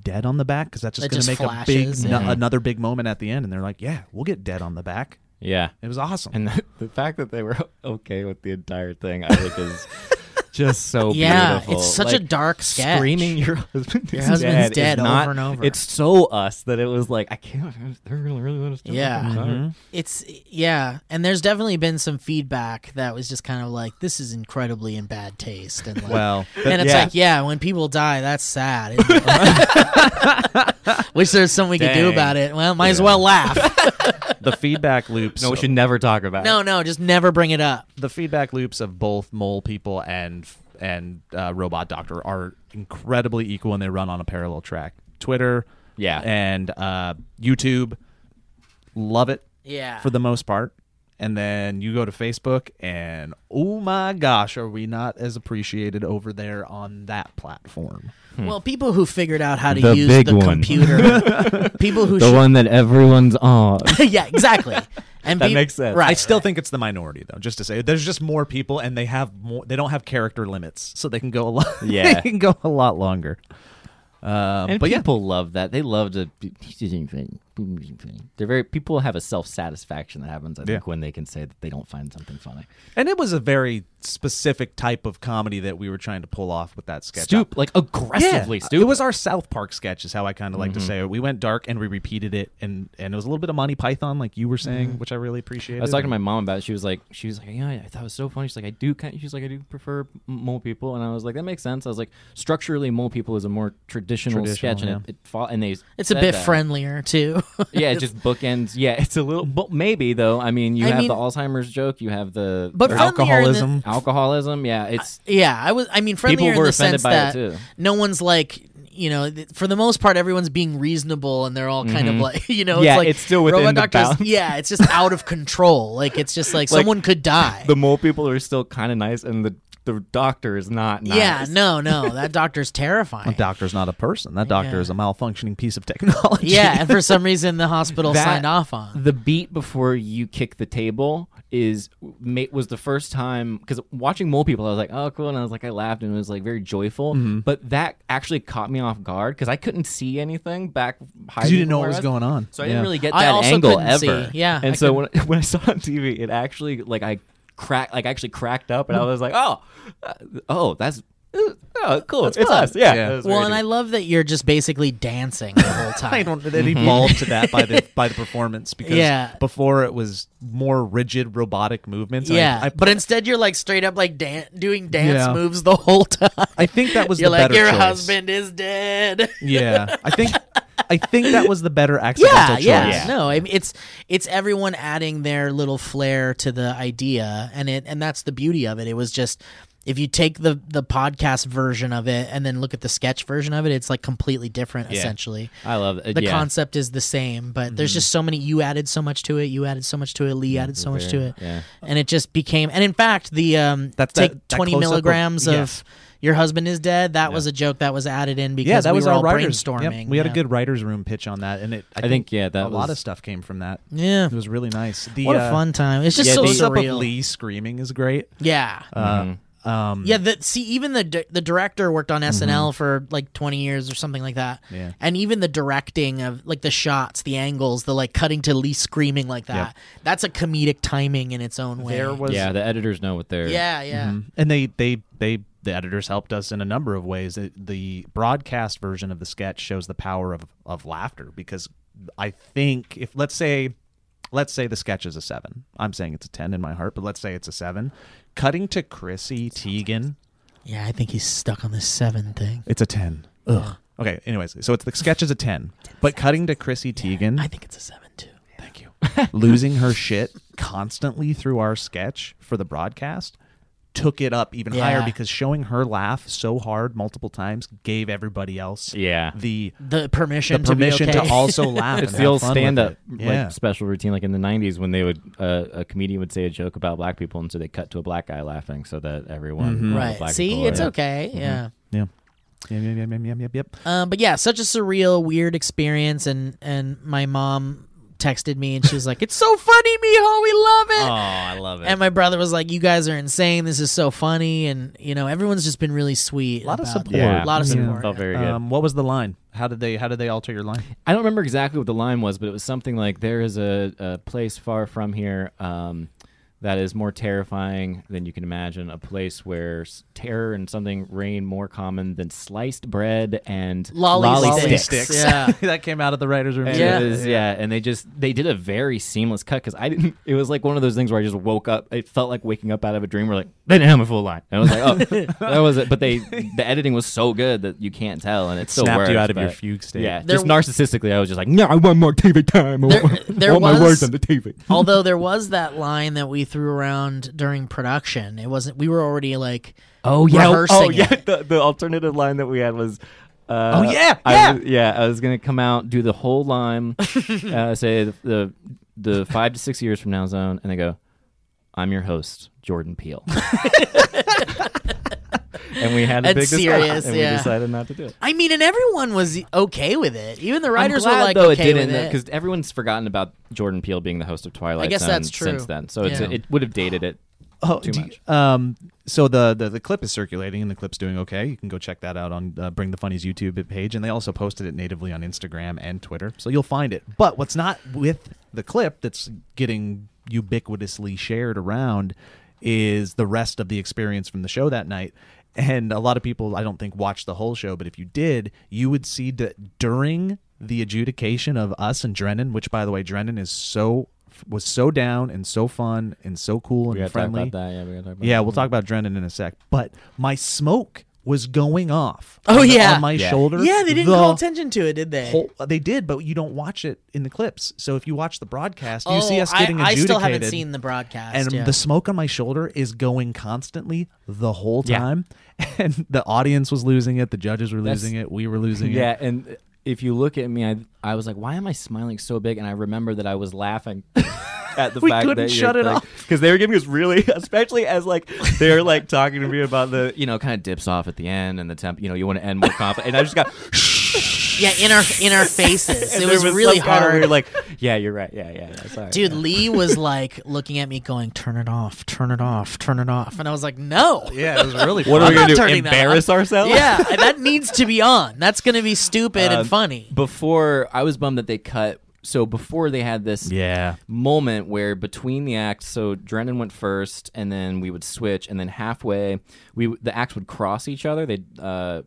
Speaker 4: dead on the back because that's just
Speaker 9: It
Speaker 4: going
Speaker 9: just
Speaker 4: to make
Speaker 9: flashes,
Speaker 4: a big no-
Speaker 9: yeah.
Speaker 4: another big moment at the end. And they're like, yeah, we'll get dead on the back.
Speaker 5: Yeah.
Speaker 4: It was awesome.
Speaker 5: And the, the fact that they were okay with the entire thing, I think, is just so
Speaker 3: Yeah, it's
Speaker 5: beautiful.
Speaker 3: such a dark sketch.
Speaker 5: Screaming, your husband, your
Speaker 3: husband's
Speaker 5: dead, is
Speaker 3: dead over
Speaker 5: not-
Speaker 3: and over.
Speaker 5: It's so us that it was like, I can't. They're really, really understand.
Speaker 3: Yeah. Mm-hmm. It's yeah, and there's definitely been some feedback that was just kind of like this is incredibly in bad taste, and like,
Speaker 4: well,
Speaker 3: and it's
Speaker 5: yeah.
Speaker 3: like yeah, when people die, that's sad. isn't it? Wish there's something we could do
Speaker 5: Dang.
Speaker 3: about it. Well, might as well laugh.
Speaker 4: the feedback loops.
Speaker 5: No, we should never talk about.
Speaker 3: no,
Speaker 5: it.
Speaker 3: no, just never bring it up.
Speaker 4: the feedback loops of both mole people and and uh, robot doctor are incredibly equal and they run on a parallel track twitter
Speaker 5: Yeah.
Speaker 4: and uh, youtube love it
Speaker 3: Yeah.
Speaker 4: for the most part and then you go to facebook and oh my gosh are we not as appreciated over there on that platform
Speaker 3: well, people who figured out how to
Speaker 5: Hmm. The
Speaker 3: use
Speaker 5: big
Speaker 3: the
Speaker 5: one.
Speaker 3: computer, people who
Speaker 5: the
Speaker 3: should,
Speaker 5: one that everyone's on.
Speaker 3: yeah, exactly. And
Speaker 5: That
Speaker 3: peop-
Speaker 5: makes sense.
Speaker 4: I
Speaker 3: Right.
Speaker 4: still think it's the minority, though. Just to say, there's just more people, and they have more. They don't have character limits, so they can go a lot.
Speaker 5: Yeah.
Speaker 4: they can go a lot longer. Uh,
Speaker 5: and
Speaker 4: but yeah,
Speaker 5: people love that. They love to. They're very. People have a self satisfaction that happens. I think
Speaker 4: Yeah.
Speaker 5: when they can say that they don't find something funny.
Speaker 4: And it was a very specific type of comedy that we were trying to pull off with that sketch.
Speaker 5: Stoop like
Speaker 4: Yeah.
Speaker 5: aggressively stoop.
Speaker 4: It was our South Park sketch, is how I kind of like to say it. We went dark and we repeated it, and and it was a little bit of Monty Python, like you were saying, which Mm-hmm. I really appreciated.
Speaker 5: I was talking to my mom about. It. She was like, she was like, yeah, I thought it was so funny. She's like, I do kind. She's like, I do prefer m- mole people, and I was like, that makes sense. I was like, structurally, mole people is a more traditional,
Speaker 4: Traditional,
Speaker 5: sketch, and it, it fo- and they.
Speaker 3: it's a
Speaker 5: said
Speaker 3: bit
Speaker 5: that.
Speaker 3: friendlier too.
Speaker 5: Yeah, it just bookends. Yeah, it's a little, but maybe though. I mean, you
Speaker 3: I
Speaker 5: have
Speaker 3: mean-
Speaker 5: the Alzheimer's joke. You have the
Speaker 3: But
Speaker 5: or
Speaker 3: friendlier in the-
Speaker 4: alcoholism.
Speaker 5: alcoholism. Yeah, it's
Speaker 3: Yeah, I was. I mean, friendlier
Speaker 5: were
Speaker 3: in the
Speaker 5: offended
Speaker 3: sense
Speaker 5: by it,
Speaker 3: that
Speaker 5: too.
Speaker 3: no one's like, you know, th- for the most part, everyone's being reasonable and they're all kind of like, you know,
Speaker 5: Mm-hmm. Yeah,
Speaker 3: it's like
Speaker 5: it's still within
Speaker 3: Robot
Speaker 5: the
Speaker 3: Doctor's-
Speaker 5: bounds.
Speaker 3: Yeah, it's just out of control. Like it's just like,
Speaker 5: Like,
Speaker 3: someone could die.
Speaker 5: the mole people are still kind of nice, and the the doctor is not. Nice.
Speaker 3: Yeah, no, no, that doctor's terrifying.
Speaker 4: That doctor's not a person. That doctor is a malfunctioning piece of technology.
Speaker 3: yeah, and for some reason, the hospital
Speaker 5: That-
Speaker 3: signed off on.
Speaker 5: the beat before you kick the table is ma- was the first time because watching mole people i was like oh cool and i was like i laughed and it was like very joyful
Speaker 4: Mm-hmm.
Speaker 5: but that actually caught me off guard because i couldn't see anything back because
Speaker 4: you didn't know what was going on.
Speaker 5: so i didn't
Speaker 4: Yeah.
Speaker 5: really get that
Speaker 3: I also
Speaker 5: angle
Speaker 3: couldn't
Speaker 5: ever
Speaker 3: see. Yeah,
Speaker 5: and
Speaker 3: I
Speaker 5: so when, when i saw it on tv it actually like i cracked like actually cracked up and i was like oh uh, oh that's oh cool it's us yeah,
Speaker 4: Yeah.
Speaker 5: It was
Speaker 3: Well,
Speaker 5: very
Speaker 3: and I
Speaker 5: neat.
Speaker 3: love that you're just basically dancing the whole time.
Speaker 4: I don't. It evolved to that by the by the performance because
Speaker 3: Yeah.
Speaker 4: before it was more rigid robotic movements. I-
Speaker 3: yeah,
Speaker 4: I,
Speaker 3: but instead you're like straight up like dan- doing dance
Speaker 4: Yeah.
Speaker 3: moves the whole time.
Speaker 4: I think that was
Speaker 3: you're
Speaker 4: the
Speaker 3: like
Speaker 4: better
Speaker 3: your
Speaker 4: choice.
Speaker 3: husband is dead.
Speaker 4: Yeah, I think I think that was the better accidental
Speaker 3: yeah,
Speaker 4: choice.
Speaker 3: yeah, No, I mean, it's it's everyone adding their little flair to the idea, and it and that's the beauty of it. It was just if you take the the podcast version of it and then look at the sketch version of it, it's like completely different. Essentially,
Speaker 5: i love it
Speaker 3: the
Speaker 5: yeah.
Speaker 3: concept is the same, but
Speaker 4: Mm-hmm.
Speaker 3: there's just so many. You added so much to it. You added so much to it. Lee added so much to it,
Speaker 5: yeah.
Speaker 3: and it just became. And in fact, the um,
Speaker 4: That's
Speaker 3: take
Speaker 4: that- that
Speaker 3: 20
Speaker 4: close-up of-
Speaker 3: milligrams of.
Speaker 4: yes.
Speaker 3: Your husband is dead. That was a joke that was added in because
Speaker 4: Yeah, that
Speaker 3: we
Speaker 4: was
Speaker 3: were
Speaker 4: our
Speaker 3: all
Speaker 4: writers. Yep,
Speaker 3: brainstorming.
Speaker 4: we had
Speaker 3: Yeah.
Speaker 4: a good writers' room pitch on that, and it. I,
Speaker 5: think, yeah, that
Speaker 4: a lot
Speaker 5: was-
Speaker 4: of stuff came from that.
Speaker 3: Yeah.
Speaker 4: it was really nice. The,
Speaker 3: What
Speaker 4: uh,
Speaker 3: a fun time! It's just
Speaker 5: yeah,
Speaker 3: so
Speaker 5: the-
Speaker 4: close up of
Speaker 3: surreal.
Speaker 4: Lee screaming is great.
Speaker 3: Yeah,
Speaker 5: Mm-hmm.
Speaker 4: Uh, um,
Speaker 3: yeah. The, see, even the di- the director worked on SNL for like twenty years or something like that.
Speaker 4: Mm-hmm. Yeah.
Speaker 3: And even the directing of like the shots, the angles, the like cutting to Lee screaming like that. That's a comedic timing in its own way.
Speaker 4: there was.
Speaker 5: yeah the editors know what they're
Speaker 3: Yeah, yeah.
Speaker 4: and they they they the editors helped us in a number of ways. The, the broadcast version of the sketch shows the power of of laughter because I think if let's say let's say the sketch is a seven, I'm saying it's a ten in my heart, but let's say it's a seven. Cutting to Chrissy Teigen,
Speaker 3: Yeah, I think he's stuck on this seven thing.
Speaker 4: it's a ten. Ugh. Okay. Anyways, so it's the sketch is a ten, but cutting to Chrissy Teigen,
Speaker 3: I think it's a seven too.
Speaker 4: thank you, losing her shit constantly through our sketch for the broadcast took it up even higher
Speaker 3: Yeah.
Speaker 4: because showing her laugh so hard multiple times gave everybody else
Speaker 5: yeah
Speaker 4: the
Speaker 3: The permission,
Speaker 4: the
Speaker 3: to,
Speaker 4: permission
Speaker 3: be
Speaker 4: to,
Speaker 3: okay.
Speaker 4: also laugh.
Speaker 5: It's
Speaker 4: and
Speaker 5: the
Speaker 4: have
Speaker 5: old
Speaker 4: fun with
Speaker 5: stand-up
Speaker 4: it.
Speaker 5: like
Speaker 4: Yeah.
Speaker 5: special routine, like in the '90s when they would uh, a comedian would say a joke about black people, and so they cut to a black guy laughing, so that everyone
Speaker 4: Mm-hmm.
Speaker 5: all the
Speaker 3: right.
Speaker 5: black
Speaker 3: See,
Speaker 5: people
Speaker 3: it's
Speaker 5: are-
Speaker 3: okay. Yeah.
Speaker 4: yeah. Yep, yep, yep, yep, yep, yep, yep.
Speaker 3: Um, but yeah, such a surreal, weird experience, and and my mom texted me and she was like, "It's so funny, Miho, we love it."
Speaker 5: I love
Speaker 3: And my brother was like, "You guys are insane. This is so funny." And you know, everyone's just been really sweet.
Speaker 4: A lot of
Speaker 3: about-
Speaker 4: support.
Speaker 5: Yeah.
Speaker 3: lot of
Speaker 5: Yeah.
Speaker 3: support.
Speaker 5: Felt very good.
Speaker 4: Um, what was the line? How did they? How did they alter your line?
Speaker 5: I don't remember exactly what the line was, but it was something like there is a, a place far from here um, that is more terrifying than you can imagine. A place where s- terror and something reign more common than sliced bread and
Speaker 3: Lolly sticks. Yeah.
Speaker 4: that came out of the writers' room.
Speaker 5: And
Speaker 3: Yeah.
Speaker 5: it was- yeah, and they just they did a very seamless cut because I didn't. It was like one of those things where I just woke up. It felt like waking up out of a dream. Where like they didn't have a full line. And I was like, oh, that was it. But they the editing was so good that you can't tell, and it, still
Speaker 4: snapped you
Speaker 5: works,
Speaker 4: out of your
Speaker 5: but-
Speaker 4: fugue state.
Speaker 5: Yeah,
Speaker 3: There-
Speaker 5: just narcissistically, I was just like, no, I want more TV time. I
Speaker 3: There-
Speaker 5: want-
Speaker 3: there
Speaker 5: I want my
Speaker 3: was-
Speaker 5: words on the TV.
Speaker 3: Although there was that line that we threw around during production, it wasn't. We were already like,
Speaker 5: Oh yeah,
Speaker 3: rehearsing
Speaker 5: oh yeah.
Speaker 3: it.
Speaker 5: The, the alternative line that we had was, uh,
Speaker 4: Oh, yeah,
Speaker 5: I
Speaker 4: yeah.
Speaker 5: was, yeah. I was gonna come out, do the whole line, uh, say the, the the five to six years from now zone, and they go, "I'm your host, Jordan Peele." and we had a
Speaker 3: That's
Speaker 5: big discussion,
Speaker 3: serious,
Speaker 5: and
Speaker 3: yeah.
Speaker 5: we decided not to do it.
Speaker 3: I mean, and everyone was okay with it. Even the writers
Speaker 5: I'm glad,
Speaker 3: were like,
Speaker 5: though
Speaker 3: okay
Speaker 5: it didn't,
Speaker 3: with it.
Speaker 5: because everyone's forgotten about Jordan Peele being the host of Twilight.
Speaker 3: guess
Speaker 5: Zone
Speaker 3: that's true.
Speaker 5: Since then, so it's,
Speaker 3: Yeah.
Speaker 5: it would have dated it.
Speaker 4: Oh,
Speaker 5: Too
Speaker 4: do you-
Speaker 5: much.
Speaker 4: um, so the, the the clip is circulating, and the clip's doing okay. You can go check that out on uh, Bring the Funnies YouTube page, and they also posted it natively on Instagram and Twitter, so you'll find it. But what's not with the clip that's getting ubiquitously shared around is the rest of the experience from the show that night. And a lot of people, I don't think, watched the whole show, but if you did, you would see that during the adjudication of us and Drennan, which by the way, Drennan is so was so down and so fun and so cool
Speaker 5: We
Speaker 4: and
Speaker 5: gotta
Speaker 4: friendly.
Speaker 5: talk about that. Yeah, we gotta talk about
Speaker 4: Yeah,
Speaker 5: that.
Speaker 4: we'll talk about Drennan in a sec. But my smoke was going off.
Speaker 3: Oh,
Speaker 4: on-
Speaker 3: yeah.
Speaker 4: on my
Speaker 5: Yeah.
Speaker 4: shoulder.
Speaker 3: yeah, they didn't
Speaker 4: the
Speaker 3: call attention to it, did they?
Speaker 4: whole- they did, but you don't watch it in the clips. So if you watch the broadcast,
Speaker 3: oh,
Speaker 4: you see us
Speaker 3: I-
Speaker 4: getting
Speaker 3: I,
Speaker 4: adjudicated.
Speaker 3: still haven't seen the broadcast.
Speaker 4: and
Speaker 3: yeah.
Speaker 4: the smoke on my shoulder is going constantly the whole time, and the audience was losing it. The judges were
Speaker 5: That's-
Speaker 4: losing it. We were losing
Speaker 5: Yeah,
Speaker 4: it.
Speaker 5: and if you look at me, I I was like, why am I smiling so big? And I remember that I was laughing at the
Speaker 4: We
Speaker 5: fact
Speaker 4: couldn't
Speaker 5: that
Speaker 4: shut it off.
Speaker 5: because they were giving us really, especially as like they're like talking to me about the you know kind of dips off at the end and the temp. You know, you want to end more confident, and I just got.
Speaker 3: yeah, in our in our faces,
Speaker 5: and
Speaker 3: it
Speaker 5: there
Speaker 3: was, really
Speaker 5: some kind of
Speaker 3: hard.
Speaker 5: weird, like, yeah, you're right. Yeah, yeah. yeah sorry.
Speaker 3: Dude, Lee was like looking at me, going, "Turn it off, turn it off, turn it off," and I was like, "No."
Speaker 4: Yeah, it was really.
Speaker 5: what are
Speaker 3: I'm
Speaker 5: we
Speaker 3: not
Speaker 5: gonna do?
Speaker 3: turning that
Speaker 5: Embarrass ourselves?
Speaker 3: Yeah, that needs to be on. That's going to be stupid
Speaker 5: Um,
Speaker 3: and funny.
Speaker 5: Before I was bummed that they cut. So before they had this,
Speaker 4: yeah.
Speaker 5: moment where between the acts, so Drennan went first, and then we would switch, and then halfway, we the acts would cross each other. They uh,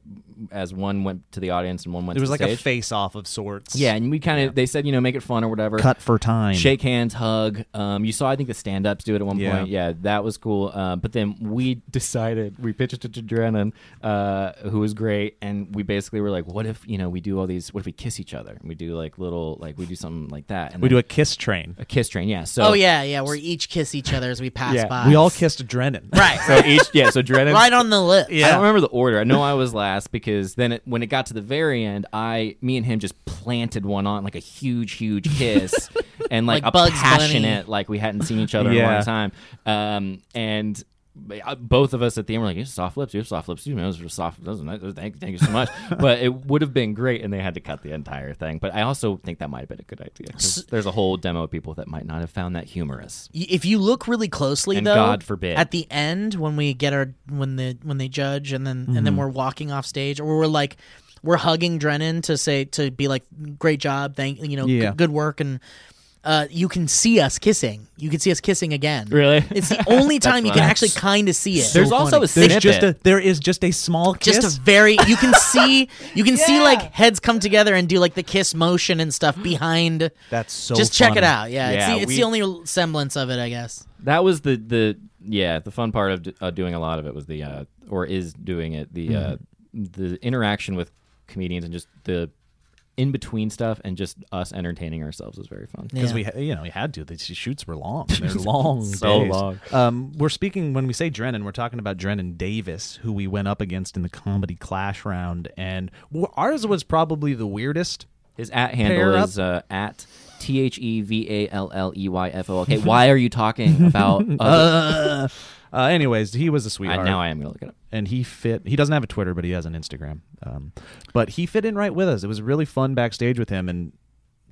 Speaker 5: as one went to the audience and one went.
Speaker 4: It was
Speaker 5: to
Speaker 4: like
Speaker 5: the
Speaker 4: a
Speaker 5: stage.
Speaker 4: face off of sorts.
Speaker 5: Yeah, and we kind of they said you know make it fun or whatever.
Speaker 4: Cut for time.
Speaker 5: Shake hands, hug. Um, you saw, I think the stand-ups do it at one
Speaker 4: Yeah.
Speaker 5: point. Yeah, that was cool. Uh, but then we decided we pitched it to Drennan, uh, who was great, and we basically were like, "What if you know we do all these? What if we kiss each other? And we do like little like we do something like that. And
Speaker 4: We
Speaker 5: then-
Speaker 4: do a kiss train.
Speaker 5: a kiss train. Yeah. So
Speaker 3: Oh yeah, yeah. We each kiss each other as we pass
Speaker 5: Yeah.
Speaker 3: by.
Speaker 4: We all kissed Drennan.
Speaker 3: Right,
Speaker 5: So each, yeah, so Drennan.
Speaker 3: right on the lip.
Speaker 5: I
Speaker 4: Yeah.
Speaker 5: don't remember the order. I know I was last because then it, when it got to the very end, I, me and him just planted one on like a huge, huge kiss, and like,
Speaker 3: Like
Speaker 5: a
Speaker 3: Bugs
Speaker 5: passionate,
Speaker 3: Bunny.
Speaker 5: like we hadn't seen each other in a
Speaker 4: Yeah.
Speaker 5: long time, um, and. uh, Both of us at the end were like, "You have soft lips, you have soft lips, you know, those are soft. Those are nice. Thank, thank you so much." but it would have been great, and they had to cut the entire thing. But I also think that might have been a good idea. 'cause There's a whole demo of people that might not have found that humorous.
Speaker 3: Y- If you look really closely,
Speaker 5: And
Speaker 3: though,
Speaker 5: God forbid.
Speaker 3: at the end when we get our when the when they judge and then
Speaker 5: Mm-hmm.
Speaker 3: and then we're walking off stage or we're like we're hugging Drennan to say to be like great job, thank you know
Speaker 4: Yeah.
Speaker 3: g- good work and. Uh, you can see us kissing. You can see us kissing again.
Speaker 5: Really?
Speaker 3: It's the only time you can
Speaker 5: funny.
Speaker 3: actually kind of see it.
Speaker 5: There's also a
Speaker 4: There's
Speaker 5: snippet.
Speaker 4: just a there is just a small kiss.
Speaker 3: just a very you can see you can see like heads come together and do like the kiss motion and stuff behind
Speaker 4: That's so.
Speaker 3: just check it
Speaker 4: funny.
Speaker 3: out yeah, it's,
Speaker 5: Yeah,
Speaker 3: the, it's
Speaker 5: we-
Speaker 3: the only semblance of it i guess
Speaker 5: That was the the yeah the fun part of d- uh, doing a lot of it was the uh, or is doing it the uh,
Speaker 4: Mm-hmm.
Speaker 5: the interaction with comedians and just the in between stuff and just us entertaining ourselves was very fun.
Speaker 4: because
Speaker 3: Yeah.
Speaker 4: we ha- you know we had to. These shoots were long. They're long,
Speaker 5: So
Speaker 4: days.
Speaker 5: long.
Speaker 4: Um, we're speaking when we say Drennan, we're talking about Drennan Davis, who we went up against in the comedy clash round, and w- ours was probably the weirdest.
Speaker 5: His at
Speaker 4: Pair
Speaker 5: handle
Speaker 4: up.
Speaker 5: is uh, at t h e v a l l e y f o l k. Why are you talking about?
Speaker 4: Uh,
Speaker 5: Other-
Speaker 4: uh, anyways, he was a
Speaker 5: I-
Speaker 4: sweetheart.
Speaker 5: now I am gonna look it up.
Speaker 4: and he fit. He doesn't have a Twitter, but he has an Instagram. Um, but he fit in right with us. It was really fun backstage with him, and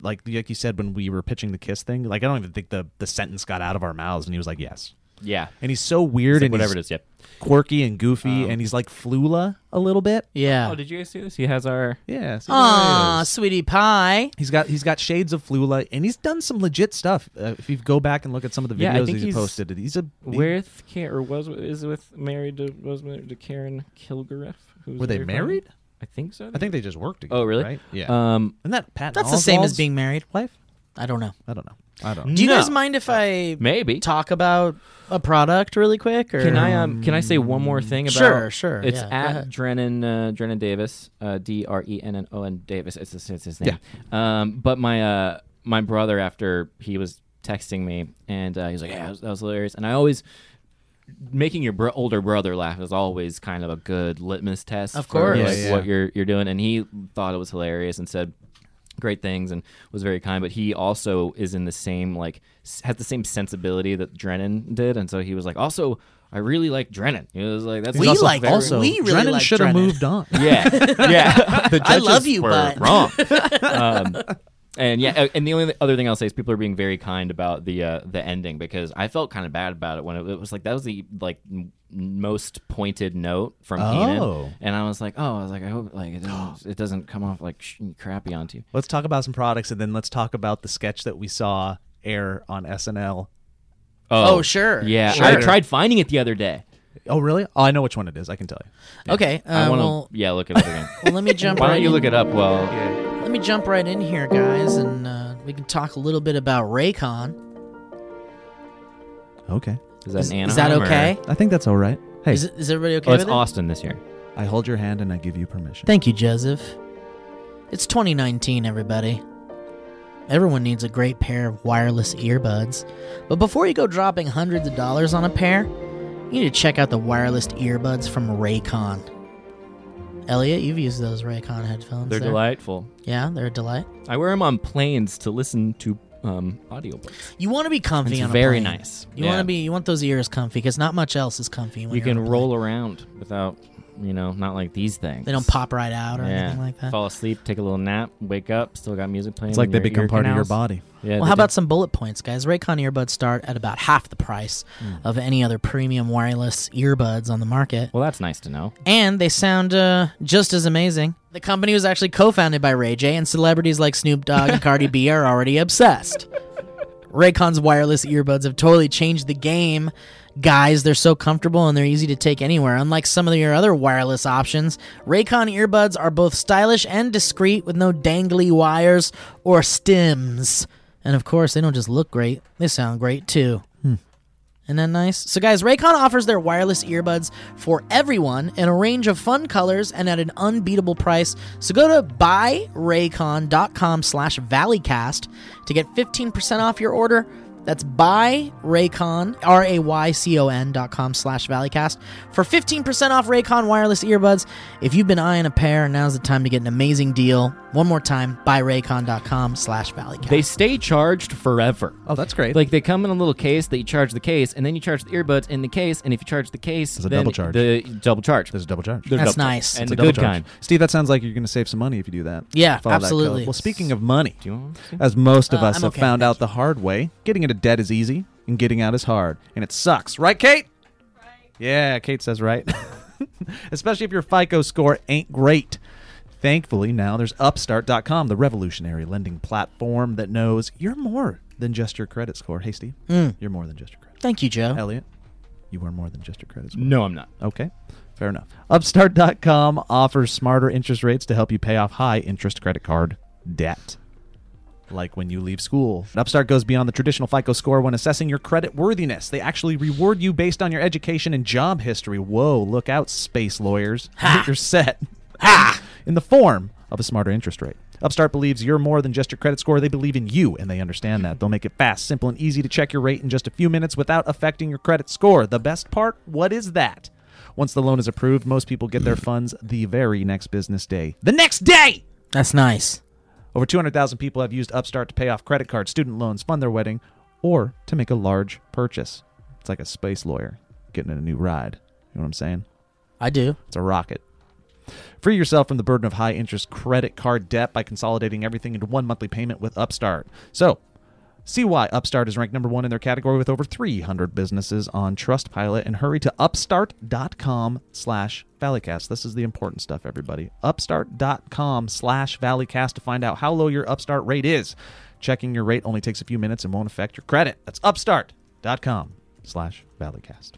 Speaker 4: like like you said, when we were pitching the kiss thing, like I don't even think the the sentence got out of our mouths, and he was like, "Yes."
Speaker 5: Yeah.
Speaker 4: and he's so weird and
Speaker 5: whatever it
Speaker 4: he's
Speaker 5: is. Yep.
Speaker 4: quirky and goofy, and he's like Flula a little bit.
Speaker 3: Yeah.
Speaker 5: Oh, did you guys see this? He has our.
Speaker 4: Yeah. so there it
Speaker 3: Aw,
Speaker 4: is.
Speaker 3: sweetie pie.
Speaker 4: He's got he's got shades of Flula, and he's done some legit stuff. Uh, if you go back and look at some of the videos
Speaker 5: Yeah, I think
Speaker 4: he's,
Speaker 5: he's-
Speaker 4: posted, he's a he-
Speaker 5: With Karen, or was is with married to was married to Karen Kilgariff. Who's
Speaker 4: Were they married?
Speaker 5: I think so.
Speaker 4: I think they just worked together.
Speaker 5: Oh, really?
Speaker 4: Right? Yeah.
Speaker 5: Um,
Speaker 4: Isn't that Pat?
Speaker 3: That's the same as
Speaker 4: Oswalt's
Speaker 3: being married.
Speaker 4: wife.
Speaker 3: I don't know.
Speaker 4: I don't know. I don't. know.
Speaker 3: Do you
Speaker 5: No.
Speaker 3: guys mind if I
Speaker 5: maybe.
Speaker 3: talk about a product really quick? Or
Speaker 5: Can I um can I say one more thing about
Speaker 3: Sure, sure,
Speaker 5: It's
Speaker 3: yeah, go
Speaker 5: at
Speaker 3: ahead.
Speaker 5: Drennan uh, Drennan Davis, uh, D R E N N O N Davis. It's, his- it's his name. Um, but my uh my brother after he was texting me and uh, he's like, yeah, that was, that was hilarious. And I always making your bro- older brother laugh is always kind of a good litmus test.
Speaker 3: Of
Speaker 5: for,
Speaker 3: course.
Speaker 5: like,
Speaker 4: Yeah, yeah.
Speaker 5: what you're you're doing. And he thought it was hilarious and said great things and was very kind. But he also is in the same like s- has the same sensibility that Drennan did, and so he was like, also I really like Drennan. He was like, that's
Speaker 3: We
Speaker 5: also
Speaker 3: like
Speaker 5: very-
Speaker 3: also we really
Speaker 4: Drennan
Speaker 3: like
Speaker 4: should have
Speaker 3: Drennan.
Speaker 4: moved on.
Speaker 5: yeah, yeah. The
Speaker 3: I love
Speaker 5: judges
Speaker 3: you,
Speaker 5: were
Speaker 3: but-
Speaker 5: wrong. um, and yeah, and the only other thing I'll say is people are being very kind about the uh, the ending because I felt kind of bad about it when it, it was like that was the like m- most pointed note from
Speaker 4: Oh.
Speaker 5: Keenan, and I was like, oh, I was like, I hope like it doesn't, it doesn't come off like sh- crappy onto you.
Speaker 4: Let's talk about some products, and then let's talk about the sketch that we saw air on SNL.
Speaker 3: Oh, sure.
Speaker 5: Yeah,
Speaker 3: Sure.
Speaker 5: I tried finding it the other day.
Speaker 4: Oh, really? Oh, I know which one it is. I can tell you.
Speaker 3: Okay. Uh,
Speaker 5: I want to.
Speaker 3: well,
Speaker 5: yeah, look it up again.
Speaker 3: well, let me jump.
Speaker 5: Why
Speaker 3: right
Speaker 5: don't you
Speaker 3: in-
Speaker 5: look it up? Well,
Speaker 3: Let me jump right in here, guys, and uh, we can talk a little bit about Raycon.
Speaker 4: Okay.
Speaker 5: is that an
Speaker 3: Is that
Speaker 5: Anaheim or-
Speaker 3: okay?
Speaker 4: I think that's all right. Hey,
Speaker 3: Is, it, is everybody okay
Speaker 5: Oh,
Speaker 3: with
Speaker 5: it's
Speaker 3: it?
Speaker 5: Austin this year.
Speaker 4: I hold your hand and I give you permission.
Speaker 3: Thank you, Joseph. It's 2019, everybody. Everyone needs a great pair of wireless earbuds. But before you go dropping hundreds of dollars on a pair, you need to check out the wireless earbuds from Raycon. Elliot, you've used those Raycon headphones.
Speaker 5: They're
Speaker 3: there.
Speaker 5: delightful.
Speaker 3: Yeah, they're a delight.
Speaker 5: I wear them on planes to listen to um, audiobooks.
Speaker 3: You want to be comfy
Speaker 5: It's
Speaker 3: on a
Speaker 5: very
Speaker 3: plane.
Speaker 5: nice.
Speaker 3: You
Speaker 5: Yeah.
Speaker 3: want to be you want those ears comfy because not much else is comfy. When
Speaker 5: You
Speaker 3: you're on
Speaker 5: can
Speaker 3: a plane.
Speaker 5: roll around without, you know, not like these things.
Speaker 3: They don't pop right out or
Speaker 5: Yeah.
Speaker 3: anything like that.
Speaker 5: Fall asleep, take a little nap, wake up, still got music playing.
Speaker 4: It's like
Speaker 5: in
Speaker 4: they
Speaker 5: your
Speaker 4: become
Speaker 5: ear
Speaker 4: part of your
Speaker 5: canals.
Speaker 4: body.
Speaker 5: Yeah.
Speaker 3: Well, how about some bullet points, guys? Raycon earbuds start at about half the price of any other premium wireless earbuds on the market,
Speaker 5: Well, that's nice to know.
Speaker 3: and they sound uh, just as amazing. The company was actually co-founded by Ray J, and celebrities like Snoop Dogg and Cardi B are already obsessed. Raycon's wireless earbuds have totally changed the game. Guys, they're so comfortable and they're easy to take anywhere. Unlike some of your other wireless options, Raycon earbuds are both stylish and discreet with no dangly wires or stems. And of course, they don't just look great, they sound great too. Isn't that nice? So, guys, Raycon offers their wireless earbuds for everyone in a range of fun colors and at an unbeatable price. So, go to buyraycon.com slash valleycast to get 15% off your order. That's buyraycon, R-A-Y-C-O-N dot com slash valleycast for 15% off Raycon wireless earbuds. If you've been eyeing a pair, now's the time to get an amazing deal. One more time, buyraycon.com slash valleycast.
Speaker 5: They stay charged forever.
Speaker 4: Oh, that's great.
Speaker 5: Like they come in a little case that you charge the case, and then you charge the earbuds in the case, and if you charge the case,
Speaker 4: a
Speaker 5: then
Speaker 4: double charge.
Speaker 5: The double charge.
Speaker 4: There's a double charge.
Speaker 5: They're
Speaker 3: That's
Speaker 5: double charged.
Speaker 3: nice.
Speaker 5: And
Speaker 3: It's
Speaker 5: the
Speaker 4: a double
Speaker 5: good
Speaker 4: charge.
Speaker 5: kind.
Speaker 4: Steve, that sounds like you're going to save some money if you do that.
Speaker 3: Yeah,
Speaker 4: Follow that
Speaker 3: absolutely.
Speaker 4: code. Well, speaking of money,
Speaker 5: Do you want to?
Speaker 4: as most of
Speaker 3: Uh,
Speaker 4: us
Speaker 3: I'm
Speaker 4: have
Speaker 3: okay,
Speaker 4: found
Speaker 3: thank
Speaker 4: out the hard way, getting into debt is easy and getting out is hard, and it sucks, right, Kate? Right. Yeah, Kate says right. Especially if your FICO score ain't great. Thankfully, now there's Upstart.com, the revolutionary lending platform that knows you're more than just your credit score. Hey, Steve,
Speaker 3: Mm.
Speaker 4: you're more than just your credit.
Speaker 3: Thank you, Joe.
Speaker 4: Elliot, you are more than just your credit score.
Speaker 5: No, I'm not.
Speaker 4: Okay, fair enough. Upstart.com offers smarter interest rates to help you pay off high interest credit card debt. Like when you leave school. Upstart goes beyond the traditional FICO score when assessing your credit worthiness. They actually reward you based on your education and job history. Whoa, look out, space lawyers. I think You're set. In the form of a smarter interest rate. Upstart believes you're more than just your credit score. They believe in you, and they understand that. They'll make it fast, simple, and easy to check your rate in just a few minutes without affecting your credit score. The best part? What is that? Once the loan is approved, most people get their funds the very next business day. The next day!
Speaker 3: That's nice.
Speaker 4: Over 200,000 people have used Upstart to pay off credit cards, student loans, fund their wedding, or to make a large purchase. It's like a space lawyer getting in a new ride. You know what I'm saying?
Speaker 3: I do.
Speaker 4: It's a rocket. Free yourself from the burden of high interest credit card debt by consolidating everything into one monthly payment with Upstart. So, CY Upstart is ranked number one in their category with over 300 businesses on Trustpilot. And hurry to upstart.com slash valleycast. This is the important stuff, everybody. Upstart.com slash valleycast to find out how low your upstart rate is. Checking your rate only takes a few minutes and won't affect your credit. That's upstart.com slash valleycast.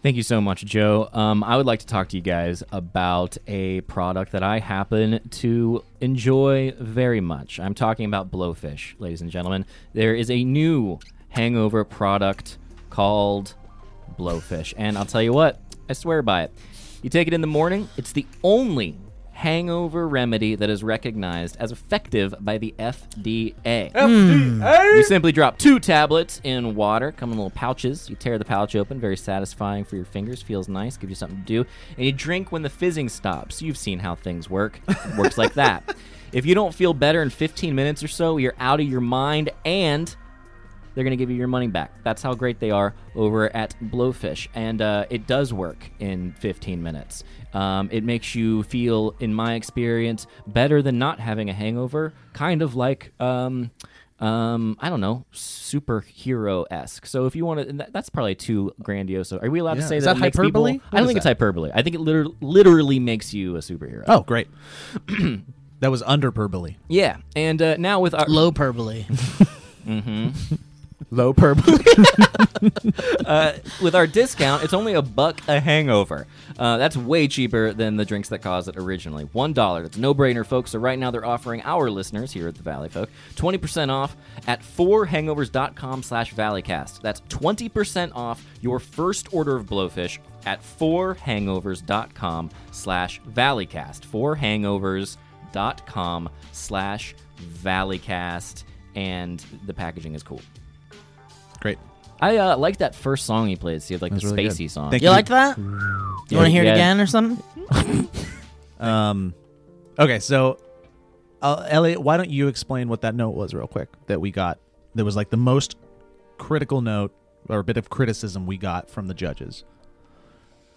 Speaker 5: Thank you so much, Joe. Um, I would like to talk to you guys about a product that I happen to enjoy very much. I'm talking about Blowfish, ladies and gentlemen. There is a new hangover product called Blowfish. And I'll tell you what, I swear by it. You take it in the morning, it's the only hangover remedy that is recognized as effective by the FDA. You simply drop two tablets in water, come in little pouches. You tear the pouch open, very satisfying for your fingers, feels nice, gives you something to do. And you drink when the fizzing stops. You've seen how things work. It works like that. If you don't feel better in 15 minutes or so, you're out of your mind and they're going to give you your money back. That's how great they are over at Blowfish. And uh, it does work in 15 minutes. Um, it makes you feel, in my experience, better than not having a hangover, kind of like. Um, um, I don't know, superhero esque. So if you want to, that, that's probably too grandiose. Are we allowed to say
Speaker 4: Is
Speaker 5: that,
Speaker 4: that
Speaker 5: it makes people-
Speaker 4: hyperbole?
Speaker 5: I don't
Speaker 4: What
Speaker 5: think
Speaker 4: is
Speaker 5: it's hyperbole. I think it liter- literally makes you a superhero.
Speaker 4: Oh, great. that was underperbole.
Speaker 5: Yeah, and uh, now with our
Speaker 9: Low perbole.
Speaker 5: low purple. uh, with our discount, it's only a buck a hangover. Uh, that's way cheaper than the drinks that caused it originally. One dollar. It's no brainer, folks. So right now they're offering our listeners here at the Valley Folk twenty percent off at fourhangovers.com slash valleycast. That's twenty percent off your first order of blowfish at fourhangovers.com slash valleycast. Fourhangovers.com slash valleycast. And the packaging is cool.
Speaker 4: Great.
Speaker 5: I uh, like that first song he plays. He had like the
Speaker 4: really
Speaker 5: spacey
Speaker 4: good.
Speaker 5: song.
Speaker 4: Thank
Speaker 9: You liked that? You want to hear
Speaker 5: Mm-hmm. Yeah.
Speaker 9: it again or something?
Speaker 4: Um, okay, so uh, Elliot, why don't you explain what that note was real quick that we got? That was like the most critical note or bit of criticism we got from the judges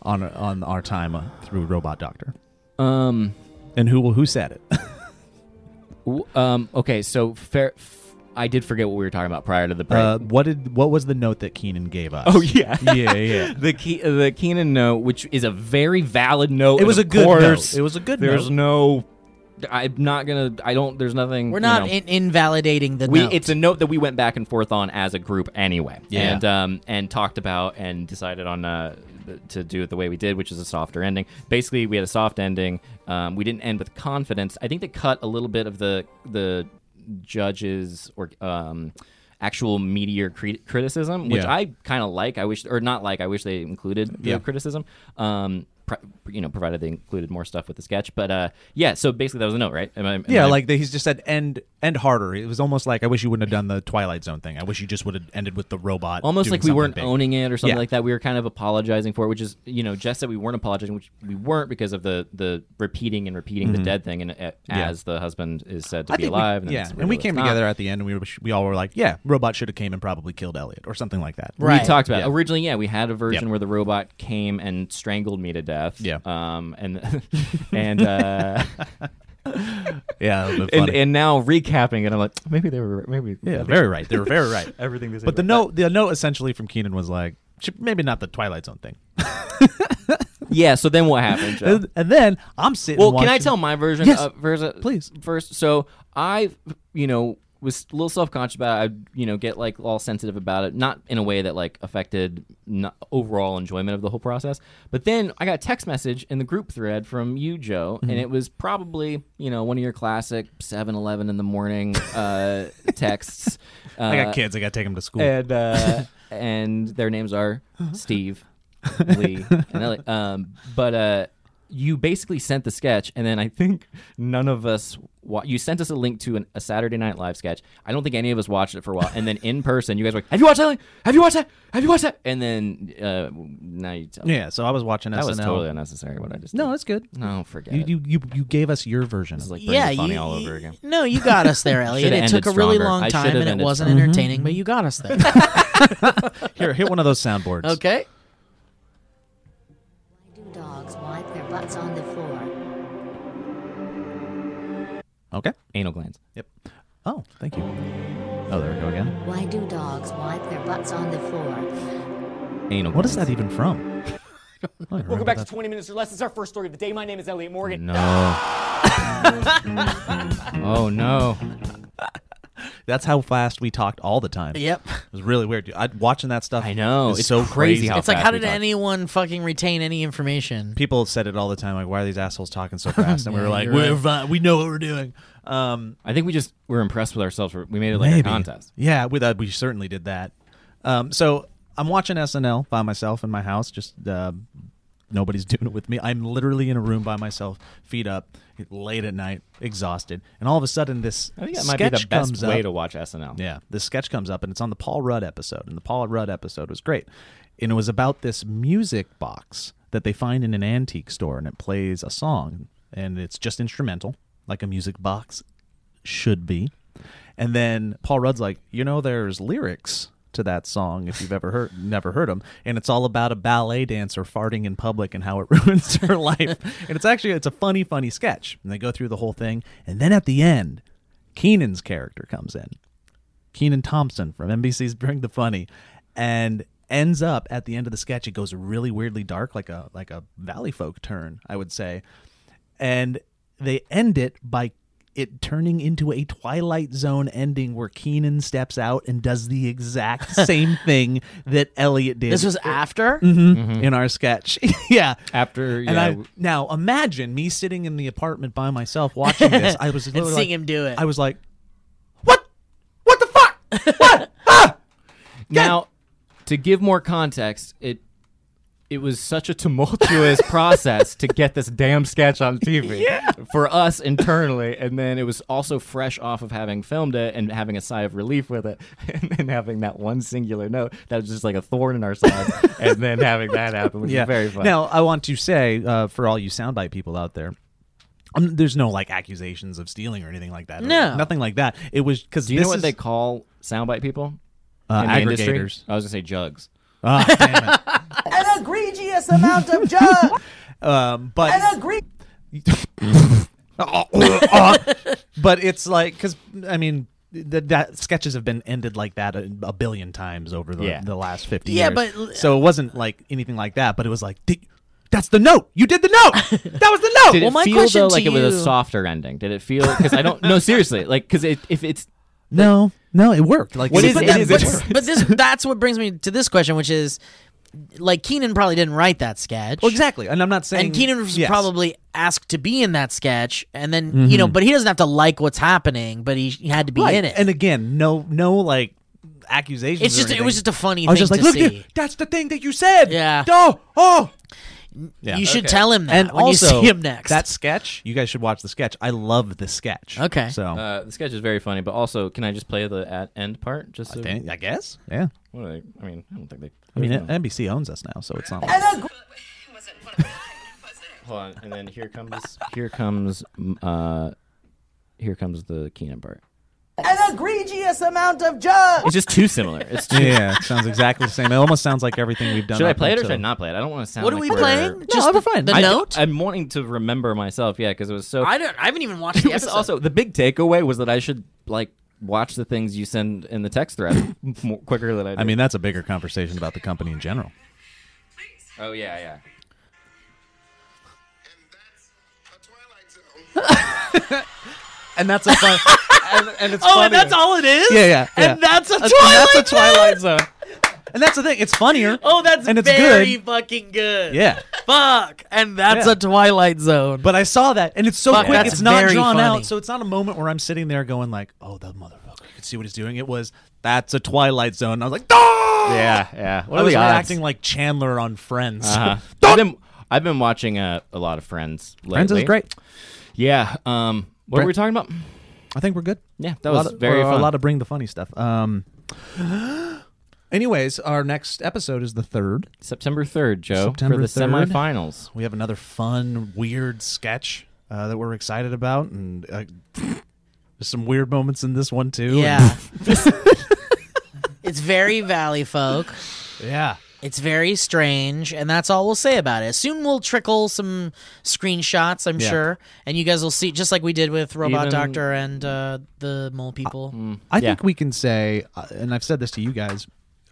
Speaker 4: on on our time uh, through Robot Doctor.
Speaker 5: Um,
Speaker 4: And who who said it?
Speaker 5: w- um, okay, so fair. F- I did forget what we were talking about prior to the break.
Speaker 4: Uh, what did what was the note that Keenan gave us?
Speaker 5: Oh, yeah.
Speaker 4: yeah, yeah.
Speaker 5: the Ke- uh, the Keenan note, which is a very valid note.
Speaker 4: It was
Speaker 5: and
Speaker 4: a
Speaker 5: of
Speaker 4: good
Speaker 5: course,
Speaker 4: note. It was a good
Speaker 5: There's
Speaker 4: note.
Speaker 5: no. I'm not gonna. I don't. There's nothing.
Speaker 9: We're
Speaker 5: you
Speaker 9: not
Speaker 5: know.
Speaker 9: in- invalidating the
Speaker 5: we
Speaker 9: note.
Speaker 5: it's a note that we went back and forth on as a group anyway
Speaker 4: Yeah.
Speaker 5: and um and talked about and decided on uh to do it the way we did which is a softer ending basically we had a soft ending um we didn't end with confidence i think they cut a little bit of the the judges or um actual meteor crit- criticism which
Speaker 4: Yeah.
Speaker 5: i kind of like i wish or not like i wish they included the
Speaker 4: Yeah.
Speaker 5: criticism um pr- you know provided they included more stuff with the sketch but uh yeah so basically that was a note right Am I- am
Speaker 4: Yeah,
Speaker 5: I-
Speaker 4: like they, he's just said end end harder. It was almost like I wish you wouldn't have done the Twilight Zone thing. I wish you just would have ended with the robot.
Speaker 5: almost
Speaker 4: doing
Speaker 5: like we
Speaker 4: something
Speaker 5: weren't
Speaker 4: big.
Speaker 5: owning it or something
Speaker 4: Yeah.
Speaker 5: like that. We were kind of apologizing for it, which is you know Jess said we weren't apologizing, which we weren't because of the the repeating and repeating the dead thing, and uh, as the husband is said to
Speaker 4: Mm-hmm.
Speaker 5: be
Speaker 4: think we-
Speaker 5: alive. and
Speaker 4: yeah,
Speaker 5: it's
Speaker 4: and
Speaker 5: really
Speaker 4: we came
Speaker 5: not.
Speaker 4: together at the end, and we were, we all were like, "Yeah, robot should have came and probably killed Elliot or something like that."
Speaker 9: Right.
Speaker 5: We talked about it.
Speaker 4: Yeah.
Speaker 5: originally. Yeah, we had a version
Speaker 4: Yep.
Speaker 5: where the robot came and strangled me to death.
Speaker 4: Yeah.
Speaker 5: Um. And and uh,
Speaker 4: Yeah, that would've been
Speaker 5: and
Speaker 4: funny.
Speaker 5: and now recapping it, I'm like maybe they were maybe
Speaker 4: yeah, very right. They were very right.
Speaker 5: everything. They said
Speaker 4: but the
Speaker 5: was-
Speaker 4: note, the note essentially from Keenan was like, "Sh- "Maybe not the Twilight Zone thing."
Speaker 5: yeah. So then what happened? Joe?
Speaker 4: And, and then I'm sitting.
Speaker 5: Well, can I
Speaker 4: watching-
Speaker 5: tell my version?
Speaker 4: Yes,
Speaker 5: uh, versa-
Speaker 4: please.
Speaker 5: First, so I, you know, was a little self-conscious about it. I, you know, get like all sensitive about it, not in a way that like affected n- overall enjoyment of the whole process. But then I got a text message in the group thread from you, Joe,
Speaker 4: Mm-hmm.
Speaker 5: and it was probably you know one of your classic 7-Eleven in the morning uh, texts. Uh,
Speaker 4: I got kids. I got to take them to school.
Speaker 5: and uh, and their names are
Speaker 4: Uh-huh.
Speaker 5: Steve, Lee, and Ellie. Um, but uh, you basically sent the sketch, and then I think none of us. Wa- you sent us a link to an, a Saturday Night Live sketch. I don't think any of us watched it for a while, and then in person, you guys were like, "Have you watched that? Have you watched that? Have you watched that?" And then uh, now you tell me
Speaker 4: yeah, so I was watching
Speaker 5: that
Speaker 4: SNL.
Speaker 5: was totally unnecessary. What I just
Speaker 4: no,
Speaker 5: did.
Speaker 4: that's good.
Speaker 5: no, forget
Speaker 4: You,
Speaker 5: it.
Speaker 4: you you you gave us your version.
Speaker 5: It's
Speaker 4: Of it.
Speaker 5: like yeah, funny all over again.
Speaker 9: No, you got us there, Elliot.
Speaker 5: Should've
Speaker 9: It took a
Speaker 5: ended
Speaker 9: really
Speaker 5: stronger. I
Speaker 9: long time
Speaker 5: should've
Speaker 9: and it
Speaker 5: ended
Speaker 9: wasn't
Speaker 5: stronger.
Speaker 9: entertaining, but you got us there.
Speaker 4: Here, hit one of those soundboards.
Speaker 9: okay.
Speaker 10: Do dogs wipe their butts on the floor?
Speaker 4: Okay.
Speaker 5: Anal glands.
Speaker 4: Yep. Oh, thank you. Oh, there we go again.
Speaker 10: Why do dogs wipe their butts on the floor?
Speaker 5: Anal.
Speaker 4: What is that even from? Oh,
Speaker 11: Welcome back to 20 Minutes or Less. This is our first story of the day. My name is Elliot Morgan.
Speaker 5: No. oh no.
Speaker 4: That's how fast we talked all the time.
Speaker 9: Yep.
Speaker 4: It was really weird. dude. I, watching that stuff.
Speaker 5: I know.
Speaker 4: is
Speaker 5: It's
Speaker 4: so
Speaker 5: crazy how
Speaker 9: it's like, how
Speaker 5: fast we
Speaker 9: did
Speaker 5: talk.
Speaker 9: anyone fucking retain any information?
Speaker 4: people said it all the time. Like, why are these assholes talking so fast? And we were like,
Speaker 9: you're right.
Speaker 4: we're fine. We know what we're doing. Um,
Speaker 5: I think we just were impressed with ourselves. We made it like
Speaker 4: Maybe.
Speaker 5: a contest.
Speaker 4: Yeah, with that we certainly did that. Um, so I'm watching SNL by myself in my house. Just uh, nobody's doing it with me. I'm literally in a room by myself, feet up, late at night, exhausted, and all of a sudden this
Speaker 5: I think that might
Speaker 4: sketch
Speaker 5: be the
Speaker 4: comes
Speaker 5: best way
Speaker 4: up.
Speaker 5: to watch SNL.
Speaker 4: Yeah, this sketch comes up, and it's on the Paul Rudd episode, and the Paul Rudd episode was great, and it was about this music box that they find in an antique store, and it plays a song, and it's just instrumental, like a music box should be, and then Paul Rudd's like, you know, there's lyrics to that song if you've ever heard never heard them and it's all about a ballet dancer farting in public and how it ruins her life and it's actually it's a funny funny sketch and they go through the whole thing and then at the end keenan's character comes in Keenan Thompson from NBC's Bring the Funny, and ends up at the end of the sketch. It goes really weirdly dark, like a like a Valley Folk turn, I would say, and they end it by it turning into a Twilight Zone ending where Keenan steps out and does the exact same thing that Elliot did.
Speaker 9: This was
Speaker 5: Mm-hmm.
Speaker 9: Mm-hmm. after?
Speaker 4: Mhm, in our sketch, yeah.
Speaker 5: After yeah,
Speaker 4: And I
Speaker 5: w-
Speaker 4: now imagine me sitting in the apartment by myself watching this. I was
Speaker 9: And
Speaker 4: literally
Speaker 9: seeing
Speaker 4: like-
Speaker 9: him do it.
Speaker 4: I was like, "What? What the fuck? What? Ah!"
Speaker 5: now to give more context, it it was such a tumultuous process to get this damn sketch on TV for us internally, and then it was also fresh off of having filmed it and having a sigh of relief with it, and then having that one singular note that was just like a thorn in our side, and then having that happen, which is very funny.
Speaker 4: Now, I want to say uh, for all you soundbite people out there, um, there's no like accusations of stealing or anything like that.
Speaker 9: No.
Speaker 4: nothing like that. It was because
Speaker 5: do you know what they call soundbite people?
Speaker 4: uh,
Speaker 5: in the industry?
Speaker 4: aggregators.
Speaker 5: I was gonna say jugs.
Speaker 4: Ah, damn it.
Speaker 6: An egregious amount of jug.
Speaker 4: Um, but
Speaker 6: An egre-
Speaker 4: but it's like because I mean that that sketches have been ended like that a, a billion times over the,
Speaker 5: Yeah.
Speaker 4: the last fifty
Speaker 9: Yeah,
Speaker 4: years.
Speaker 9: but-
Speaker 4: so it wasn't like anything like that. But it was like. Did, that's the note. You did the note. That was the note.
Speaker 5: Did
Speaker 9: Well,
Speaker 5: it
Speaker 9: my
Speaker 5: feel
Speaker 9: question
Speaker 5: though
Speaker 9: to
Speaker 5: like it was a
Speaker 9: you-
Speaker 5: softer ending? Did it feel? Because I don't. No, seriously. Like because it, if it's
Speaker 4: no, no, it worked. Like
Speaker 5: What
Speaker 4: it
Speaker 5: is
Speaker 4: was
Speaker 5: it?
Speaker 4: that
Speaker 5: Is
Speaker 4: much
Speaker 5: it-
Speaker 4: work.
Speaker 9: but this that's what brings me to this question, which is like Keenan probably didn't write that sketch.
Speaker 4: Well, exactly. And I'm not saying.
Speaker 9: And Keenan was
Speaker 4: Yes. Mm-hmm.
Speaker 9: probably asked to be in that sketch, and then you know, but he doesn't have to like what's happening, but he, he had to be
Speaker 4: Right.
Speaker 9: in it.
Speaker 4: And again, no, no, like accusations.
Speaker 9: it's
Speaker 4: or
Speaker 9: just it
Speaker 4: anything.
Speaker 9: was just a funny
Speaker 4: I was
Speaker 9: thing
Speaker 4: just like,
Speaker 9: to
Speaker 4: look,
Speaker 9: see.
Speaker 4: dude, that's the thing that you said.
Speaker 9: Yeah.
Speaker 4: Oh, oh. Yeah.
Speaker 9: You should tell him that
Speaker 4: and
Speaker 9: when
Speaker 4: also,
Speaker 9: you see him next.
Speaker 4: That sketch, you guys should watch the sketch. I love the sketch.
Speaker 9: Okay.
Speaker 4: So
Speaker 5: Uh, the sketch is very funny, but also, can I just play the at end part? Just so,
Speaker 4: dang, I guess. Yeah.
Speaker 5: what are they- I mean, I don't think they.
Speaker 4: I mean, NBC owns us now, so it's not.
Speaker 6: An
Speaker 4: Like,
Speaker 6: egre-
Speaker 5: hold on, and then here comes here comes mm, uh, here comes the Keenan part.
Speaker 6: An egregious amount of jug.
Speaker 5: It's just too similar. It's too.
Speaker 4: yeah, it sounds exactly the same. It almost sounds like everything we've done.
Speaker 5: Should I
Speaker 4: up
Speaker 5: play it or
Speaker 4: until-
Speaker 5: should I not play it? I don't want to sound.
Speaker 9: what are
Speaker 5: like
Speaker 9: we
Speaker 5: we're-
Speaker 9: playing? just
Speaker 4: we're
Speaker 9: the,
Speaker 4: fine.
Speaker 9: the
Speaker 5: I,
Speaker 9: note. I,
Speaker 5: I'm wanting to remember myself, yeah, because it was so.
Speaker 9: don't. I haven't even watched
Speaker 5: it
Speaker 9: the
Speaker 5: was
Speaker 9: episode.
Speaker 5: also the big takeaway was that I should like watch the things you send in the text thread more, quicker than I. Do.
Speaker 4: I mean, that's a bigger conversation about the company in general.
Speaker 5: oh yeah, yeah.
Speaker 4: And that's a fun. and, and it's
Speaker 9: oh, and that's all it is.
Speaker 4: Yeah, yeah, yeah.
Speaker 9: And that's a Twilight.
Speaker 4: That's- and that's a
Speaker 9: Zone?
Speaker 4: Twilight Zone. And that's the thing. It's funnier.
Speaker 9: Oh, that's
Speaker 4: and it's
Speaker 9: very
Speaker 4: good.
Speaker 9: fucking good.
Speaker 4: Yeah.
Speaker 9: Fuck. And that's
Speaker 4: Yeah.
Speaker 9: a Twilight Zone.
Speaker 4: But I saw that, and it's so
Speaker 9: Fuck,
Speaker 4: quick.
Speaker 9: that's
Speaker 4: It's not
Speaker 9: very
Speaker 4: drawn
Speaker 9: funny.
Speaker 4: out, so it's not a moment where I'm sitting there going like, "Oh, the motherfucker!" You can see what he's doing. It was that's a Twilight Zone. And I was like, "Ah!"
Speaker 5: Yeah, yeah. What
Speaker 4: I
Speaker 5: are
Speaker 4: was
Speaker 5: the odds?
Speaker 4: acting like Chandler on Friends.
Speaker 5: Uh-huh. I've been I've been watching uh, a, a lot of Friends. Lately.
Speaker 4: Friends is great.
Speaker 5: Yeah. Um. What
Speaker 4: Bre-
Speaker 5: were we talking about?
Speaker 4: I think we're good.
Speaker 5: Yeah, that
Speaker 4: A lot
Speaker 5: was
Speaker 4: of-
Speaker 5: very
Speaker 4: or
Speaker 5: fun.
Speaker 4: a lot of bring the funny stuff. Um. Anyways, our next episode is the third.
Speaker 5: September third, Joe,
Speaker 4: September
Speaker 5: for the
Speaker 4: 3rd.
Speaker 5: semifinals.
Speaker 4: We have another fun, weird sketch uh, that we're excited about, and uh, there's some weird moments in this one too.
Speaker 9: yeah. it's very Valley folk.
Speaker 4: yeah.
Speaker 3: It's very strange, and that's all we'll say about it. Soon we'll trickle some screenshots, I'm
Speaker 5: Yeah.
Speaker 3: sure, and you guys will see, just like we did with Robot
Speaker 5: Even-
Speaker 3: Doctor and uh, the mole people.
Speaker 4: Mm. I
Speaker 5: Yeah.
Speaker 4: think we can say, uh, and I've said this to you guys,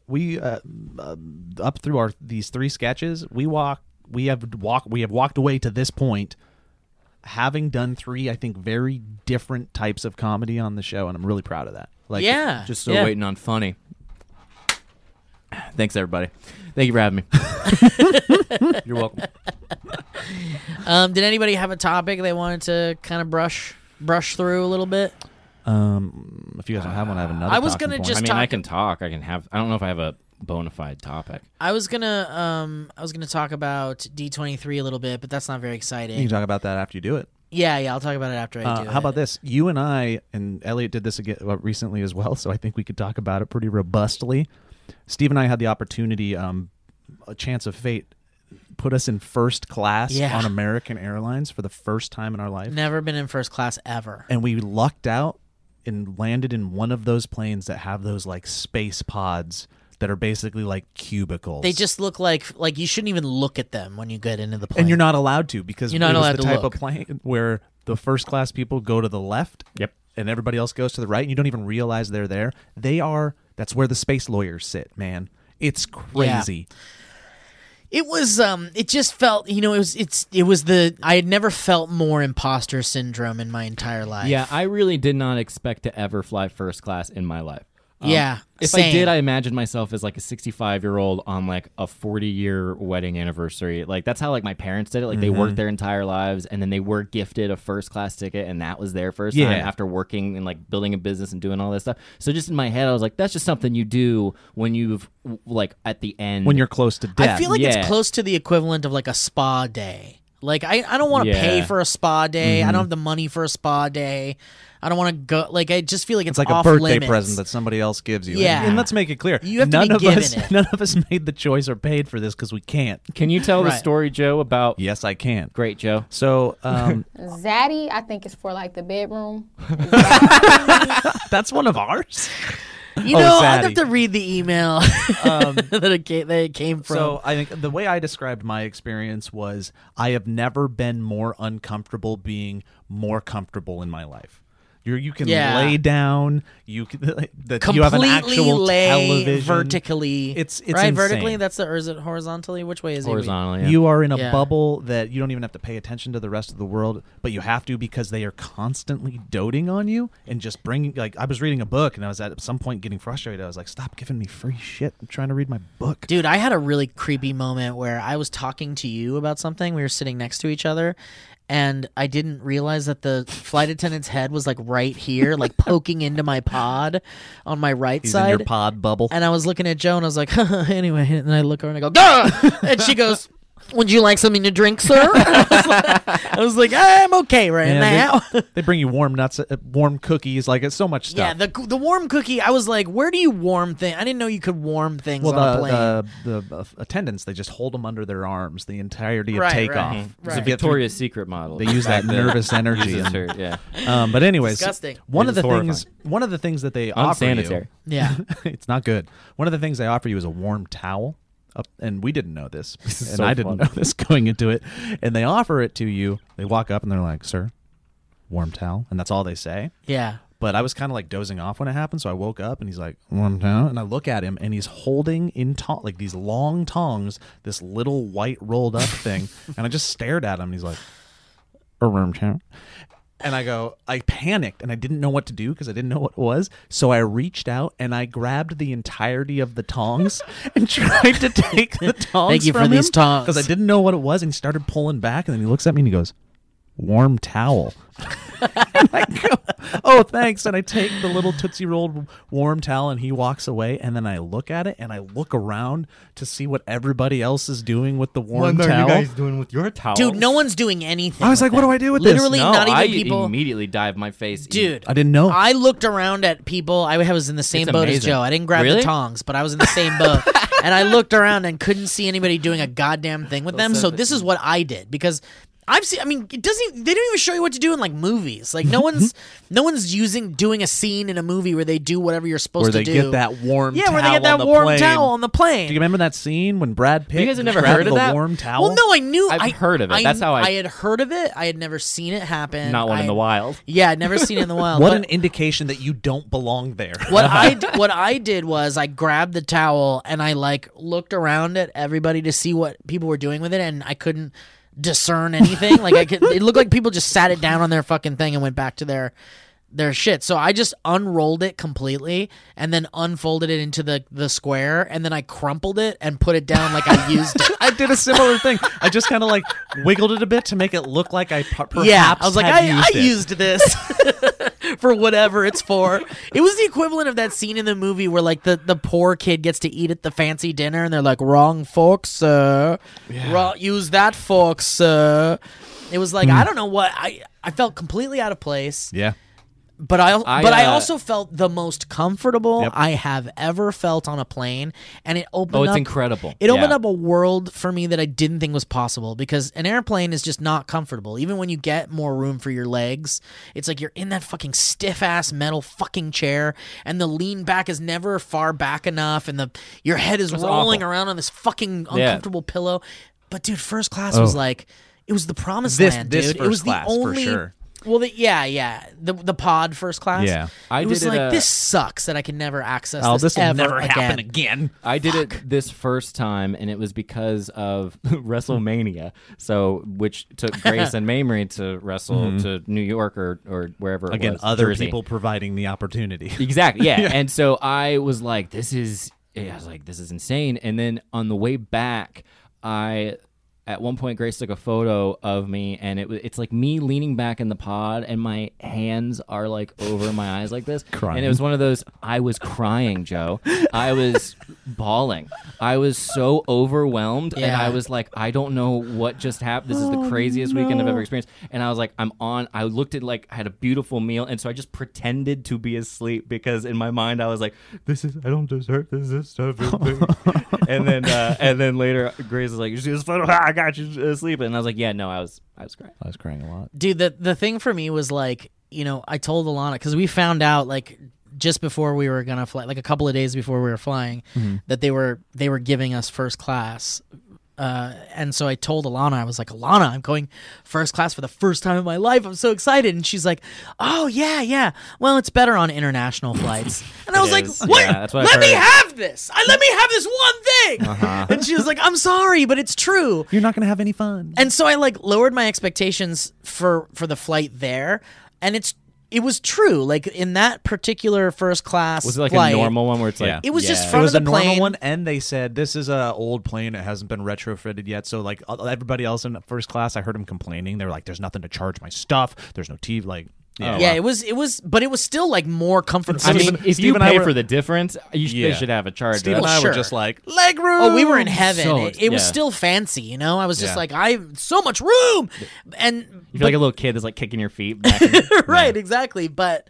Speaker 4: we uh, uh, up through our these three sketches, we walk, we have walk, we have walked away to this point, having done three, I think, very different types of comedy on the show, and I'm really proud of that. Like,
Speaker 3: yeah,
Speaker 5: Just still
Speaker 3: yeah.
Speaker 5: waiting on funny. Thanks, everybody. Thank you for having me. You're welcome.
Speaker 3: Um, did anybody have a topic they wanted to kind of brush brush through a little bit?
Speaker 4: um, if you guys don't have one, I have another.
Speaker 3: Uh, I was
Speaker 4: talking
Speaker 3: gonna
Speaker 4: point.
Speaker 3: just-
Speaker 5: I mean, I
Speaker 3: talk-
Speaker 5: can talk. I can have. I don't know if I have a bona fide topic.
Speaker 3: I was gonna um, I was gonna talk about D23 a little bit, but that's not very exciting.
Speaker 4: you can talk about that after you do it.
Speaker 3: Yeah, yeah, I'll talk about it after I
Speaker 4: Uh,
Speaker 3: do.
Speaker 4: how about
Speaker 3: it.
Speaker 4: this? You and I and Elliot did this again uh, recently as well, so I think we could talk about it pretty robustly. Steve and I had the opportunity, um, a chance of fate, put us in first class
Speaker 3: Yeah.
Speaker 4: on American Airlines for the first time in our life,
Speaker 3: Never been in first class ever.
Speaker 4: and we lucked out and landed in one of those planes that have those like space pods that are basically like cubicles.
Speaker 3: They just look like like you shouldn't even look at them when you get into the plane.
Speaker 4: and you're not allowed to because
Speaker 3: You're not
Speaker 4: it was
Speaker 3: allowed
Speaker 4: the
Speaker 3: to
Speaker 4: type
Speaker 3: look.
Speaker 4: of plane where the first class people go to the left.
Speaker 5: Yep.
Speaker 4: And everybody else goes to the right, and you don't even realize they're there. They are. That's where the space lawyers sit, man. It's crazy.
Speaker 3: It was um it just felt, you know, it was it's it was the I had never felt more imposter syndrome in my entire life.
Speaker 5: Yeah, I really did not expect to ever fly first class in my life. Um,
Speaker 3: Yeah,
Speaker 5: If I
Speaker 3: same.
Speaker 5: did, I imagined myself as like a 65 year old on like a 40 year wedding anniversary. Like that's how like my parents did it. Like they
Speaker 4: Mm-hmm.
Speaker 5: worked their entire lives and then they were gifted a first class ticket and that was their first
Speaker 4: Yeah.
Speaker 5: time after working and like building a business and doing all this stuff. So just in my head, I was like, that's just something you do when you've w- like at the end.
Speaker 4: When you're close to death,
Speaker 3: I feel like
Speaker 5: yeah.
Speaker 3: it's close to the equivalent of like a spa day. Like I, I don't want to
Speaker 5: Yeah.
Speaker 3: pay for a spa day.
Speaker 4: Mm-hmm.
Speaker 3: I don't have the money for a spa day. I don't want to go. Like I just feel like it's,
Speaker 4: it's like a
Speaker 3: off
Speaker 4: birthday
Speaker 3: limits.
Speaker 4: present that somebody else gives you. And-
Speaker 3: Yeah.
Speaker 4: And, let's make it clear,
Speaker 3: You have to
Speaker 4: none
Speaker 3: be
Speaker 4: of
Speaker 3: given
Speaker 4: us,
Speaker 3: it.
Speaker 4: none of us made the choice or paid for this because we can't.
Speaker 5: Can you tell the
Speaker 3: Right.
Speaker 5: story, Joe, about.
Speaker 4: Yes, I can.
Speaker 5: Great, Joe.
Speaker 4: So um,
Speaker 12: Zaddy, I think, is for like the bedroom.
Speaker 4: that's one of ours.
Speaker 3: You
Speaker 4: Oh,
Speaker 3: know, I'd
Speaker 4: zaddy. Um,
Speaker 3: have to read the email that, it came, that it came from.
Speaker 4: So I think the way I described my experience was I have never been more uncomfortable being more comfortable in my life. You're, you can
Speaker 3: Yeah.
Speaker 4: lay down. You can, that
Speaker 3: completely
Speaker 4: you have an actual
Speaker 3: lay
Speaker 4: television.
Speaker 3: vertically.
Speaker 4: It's- it's
Speaker 3: right
Speaker 4: insane.
Speaker 3: vertically. That's the or is it horizontally? Which way is it?
Speaker 5: Horizontally. yeah.
Speaker 4: You are in a
Speaker 3: Yeah.
Speaker 4: bubble that you don't even have to pay attention to the rest of the world, but you have to because they are constantly doting on you and just bringing. Like I was reading a book and I was at some point getting frustrated. I was like, "Stop giving me free shit! I'm trying to read my book."
Speaker 3: Dude, I had a really creepy moment where I was talking to you about something. We were sitting next to each other, and I didn't realize that the flight attendant's head was like right here, like poking into my pod on my right
Speaker 4: He's in
Speaker 3: side.
Speaker 4: your pod bubble.
Speaker 3: and I was looking at Joe, and I was like, anyway. And then I look over and I go, Gah! and she goes. Would you like something to drink, sir? I was like, I was like, I'm okay right
Speaker 4: And
Speaker 3: now.
Speaker 4: They, they bring you warm nuts, uh, warm cookies, like it's so much stuff.
Speaker 3: Yeah, the the warm cookie. I was like, where do you warm thing? I didn't know you could warm things
Speaker 4: well,
Speaker 3: on a
Speaker 4: the,
Speaker 3: plane.
Speaker 4: the the uh, attendants they just hold them under their arms the entirety of
Speaker 3: Right, right,
Speaker 4: takeoff.
Speaker 3: mhm.
Speaker 4: So
Speaker 3: Right.
Speaker 4: if you get through-
Speaker 5: Victoria's Secret model.
Speaker 4: they use that nervous energy.
Speaker 5: Uses her, yeah.
Speaker 4: Um, but anyways,
Speaker 3: Disgusting.
Speaker 4: one of
Speaker 5: It's
Speaker 4: the things
Speaker 5: horrifying.
Speaker 4: one of the things that they
Speaker 5: Unsanitary.
Speaker 3: yeah,
Speaker 4: offer you, it's not good. One of the things they offer you is a warm towel. Up, and we didn't know this, and
Speaker 5: so
Speaker 4: I didn't
Speaker 5: fun.
Speaker 4: know this going into it. And they offer it to you. They walk up and they're like, "Sir, warm towel," and that's all they say.
Speaker 3: yeah.
Speaker 4: but I was kind of like dozing off when it happened. So I woke up and he's like, warm down. And I look at him and he's holding in tong like these long tongs, this little white rolled up thing. And I just stared at him and he's like, a room count. And I go, I panicked and I didn't know what to do because I didn't know what it was. So I reached out and I grabbed the entirety of the tongs and tried to take the tongs.
Speaker 3: you for
Speaker 4: from
Speaker 3: these tongs.
Speaker 4: Because I didn't know what it was. And he started pulling back and then he looks at me and he goes, warm towel. and I go, oh, thanks. And I take the little Tootsie Rolled warm towel and he walks away. And then I look at it and I look around to see what everybody else is doing with the warm towel.
Speaker 5: doing with your towel?
Speaker 3: Dude, no one's doing anything.
Speaker 4: I was
Speaker 3: with
Speaker 4: like, what
Speaker 3: that.
Speaker 4: do I do with this?
Speaker 3: Literally,
Speaker 5: No,
Speaker 3: not even
Speaker 5: I
Speaker 3: people.
Speaker 5: immediately dive my face. in.
Speaker 3: Dude,
Speaker 4: I didn't know.
Speaker 3: I looked around at people. I was in the same
Speaker 5: It's
Speaker 3: boat as
Speaker 5: amazing.
Speaker 3: Joe. I didn't grab
Speaker 5: Really?
Speaker 3: the tongs, but I was in the same boat. and I looked around and couldn't see anybody doing a goddamn thing with them. So this is what I did because I've seen. I mean, it doesn't. e, They don't even show you what to do in like movies. Like no one's, no one's using doing a scene in a movie where they do whatever you're supposed
Speaker 13: Where they
Speaker 3: to do.
Speaker 13: get that warm
Speaker 3: Yeah, where they get
Speaker 13: towel on
Speaker 3: that
Speaker 13: the
Speaker 3: warm
Speaker 13: plane.
Speaker 3: towel on the
Speaker 4: Do
Speaker 3: plane.
Speaker 4: you remember that scene when Brad Pitt?
Speaker 5: You guys have never
Speaker 4: grabbed
Speaker 5: heard of
Speaker 4: the
Speaker 5: that?
Speaker 4: warm towel.
Speaker 3: Well, no, I knew.
Speaker 5: I've
Speaker 3: I,
Speaker 5: heard of it.
Speaker 3: I-
Speaker 5: That's how I-
Speaker 3: I had heard of it. I had never seen it happen.
Speaker 5: Not one
Speaker 3: I-
Speaker 5: in the wild.
Speaker 3: Yeah, I'd never seen it in the wild.
Speaker 4: What
Speaker 3: but-
Speaker 4: an indication that you don't belong there.
Speaker 3: What I d- what I did was I grabbed the towel and I like looked around at everybody to see what people were doing with it, and I couldn't discern anything. like I could, it looked like people just sat it down on their fucking thing and went back to their their shit. So I just unrolled it completely and then unfolded it into the the square, and then I crumpled it and put it down like I used it.
Speaker 4: I did a similar thing. I just kind of like wiggled it a bit to make it look like I per- perhaps
Speaker 3: yeah, I was like,
Speaker 4: had
Speaker 3: I
Speaker 4: used
Speaker 3: I
Speaker 4: it.
Speaker 3: used this for whatever it's for. It was the equivalent of that scene in the movie where like the, the poor kid gets to eat at the fancy dinner and they're like, wrong fork, sir. Wrong- use that fork, sir. It was
Speaker 4: Hmm.
Speaker 3: like I don't know what I I felt completely out of place,
Speaker 4: Yeah.
Speaker 3: but I,
Speaker 5: I,
Speaker 3: but I
Speaker 5: uh,
Speaker 3: also felt the most comfortable
Speaker 4: Yep.
Speaker 3: I have ever felt on a plane, and it opened.
Speaker 5: Oh, it's
Speaker 3: up-
Speaker 5: incredible.
Speaker 3: it opened
Speaker 5: Yeah.
Speaker 3: up a world for me that I didn't think was possible because an airplane is just not comfortable. Even when you get more room for your legs, it's like you're in that fucking stiff ass metal fucking chair and the lean back is never far back enough and the your head is
Speaker 5: It's
Speaker 3: rolling
Speaker 5: awful.
Speaker 3: around on this fucking
Speaker 5: Yeah. Oh.
Speaker 3: uncomfortable pillow. But dude, first class was like it was the promised
Speaker 4: This-
Speaker 3: land,
Speaker 4: this
Speaker 3: dude. it
Speaker 4: first
Speaker 3: was
Speaker 4: class,
Speaker 3: the
Speaker 4: for
Speaker 3: only
Speaker 4: sure.
Speaker 3: well, the, yeah, yeah, the the pod first class.
Speaker 4: Yeah.
Speaker 5: I
Speaker 3: I was
Speaker 5: did it,
Speaker 3: like
Speaker 5: uh,
Speaker 3: this sucks that I can never access
Speaker 4: Oh,
Speaker 3: this
Speaker 4: this will
Speaker 3: ever
Speaker 4: never happen
Speaker 3: again.
Speaker 4: again.
Speaker 5: I did it this first time, and it was because of WrestleMania. So, which took Grace and Mamrie to wrestle to New York or, or wherever it
Speaker 4: Again,
Speaker 5: was,
Speaker 4: other
Speaker 5: Jersey.
Speaker 4: people providing the opportunity.
Speaker 5: Exactly. Yeah. And so I was like, this is, I was like, this is insane. And then on the way back, I, at one point, Grace took a photo of me, and it was, it's like me leaning back in the pod, and my hands are like over my eyes like this.
Speaker 4: Crying.
Speaker 5: And it was one of those, I was crying, Joe. I was bawling. I was so overwhelmed. And
Speaker 3: Yeah.
Speaker 5: I was like, I don't know what just happened. This is the craziest weekend I've ever experienced. And I was like, I'm on. I looked at like I had a beautiful meal, and so I just pretended to be asleep because in my mind I was like, this is I don't deserve this. This stuff. is big." and then uh, and then later Grace is like, she was photo. I got you asleep, and I was like, yeah, no, I was I was crying.
Speaker 4: I was crying a lot.
Speaker 3: dude the the thing for me was like you know i told alana because we found out like just before we were gonna fly like a couple of days before we were flying
Speaker 5: Mm-hmm.
Speaker 3: that they were they were giving us first class uh, and so I told Alana, I was like, Alana, I'm going first class for the first time in my life. I'm so excited. And she's like, Oh yeah, yeah. Well, it's better on international flights. And I
Speaker 5: It
Speaker 3: was
Speaker 5: is.
Speaker 3: like, What?
Speaker 5: Yeah, that's what I've
Speaker 3: let me
Speaker 5: heard. Uh-huh.
Speaker 3: have this. I let me have this one thing. And she was like, I'm sorry, but it's true.
Speaker 4: You're not going to have any fun.
Speaker 3: And so I like lowered my expectations for for the flight there, and it's it was true. Like in that particular first class,
Speaker 5: Was it like
Speaker 3: flight,
Speaker 5: a normal one where it's
Speaker 4: Yeah.
Speaker 5: like
Speaker 3: It was just
Speaker 5: yeah.
Speaker 3: front
Speaker 4: it was
Speaker 3: of
Speaker 4: a
Speaker 3: the
Speaker 4: normal
Speaker 3: plane.
Speaker 4: one, and they said this is a old plane; it hasn't been retrofitted yet. So, like uh, everybody else in first class, I heard them complaining. They were like, "There's nothing to charge my stuff. There's no TV." Like,
Speaker 5: Oh,
Speaker 4: yeah,
Speaker 3: Yeah, it was. It was, but it was still like more comfortable. I mean,
Speaker 4: Steve
Speaker 5: If
Speaker 4: Steve
Speaker 5: you
Speaker 4: and I
Speaker 5: pay
Speaker 4: were-
Speaker 5: for the difference, you sh-
Speaker 4: Yeah.
Speaker 5: they should have a charge.
Speaker 4: Steve
Speaker 5: of
Speaker 4: and
Speaker 5: that.
Speaker 4: I
Speaker 3: sure.
Speaker 4: were just like leg room.
Speaker 3: oh, we were in heaven.
Speaker 5: So
Speaker 3: it, it was
Speaker 5: yeah.
Speaker 3: still fancy, you know. I was just
Speaker 4: Yeah.
Speaker 3: like, I have so much room, and
Speaker 5: you feel like a little kid that's like kicking your feet. Back and-
Speaker 3: right, exactly. But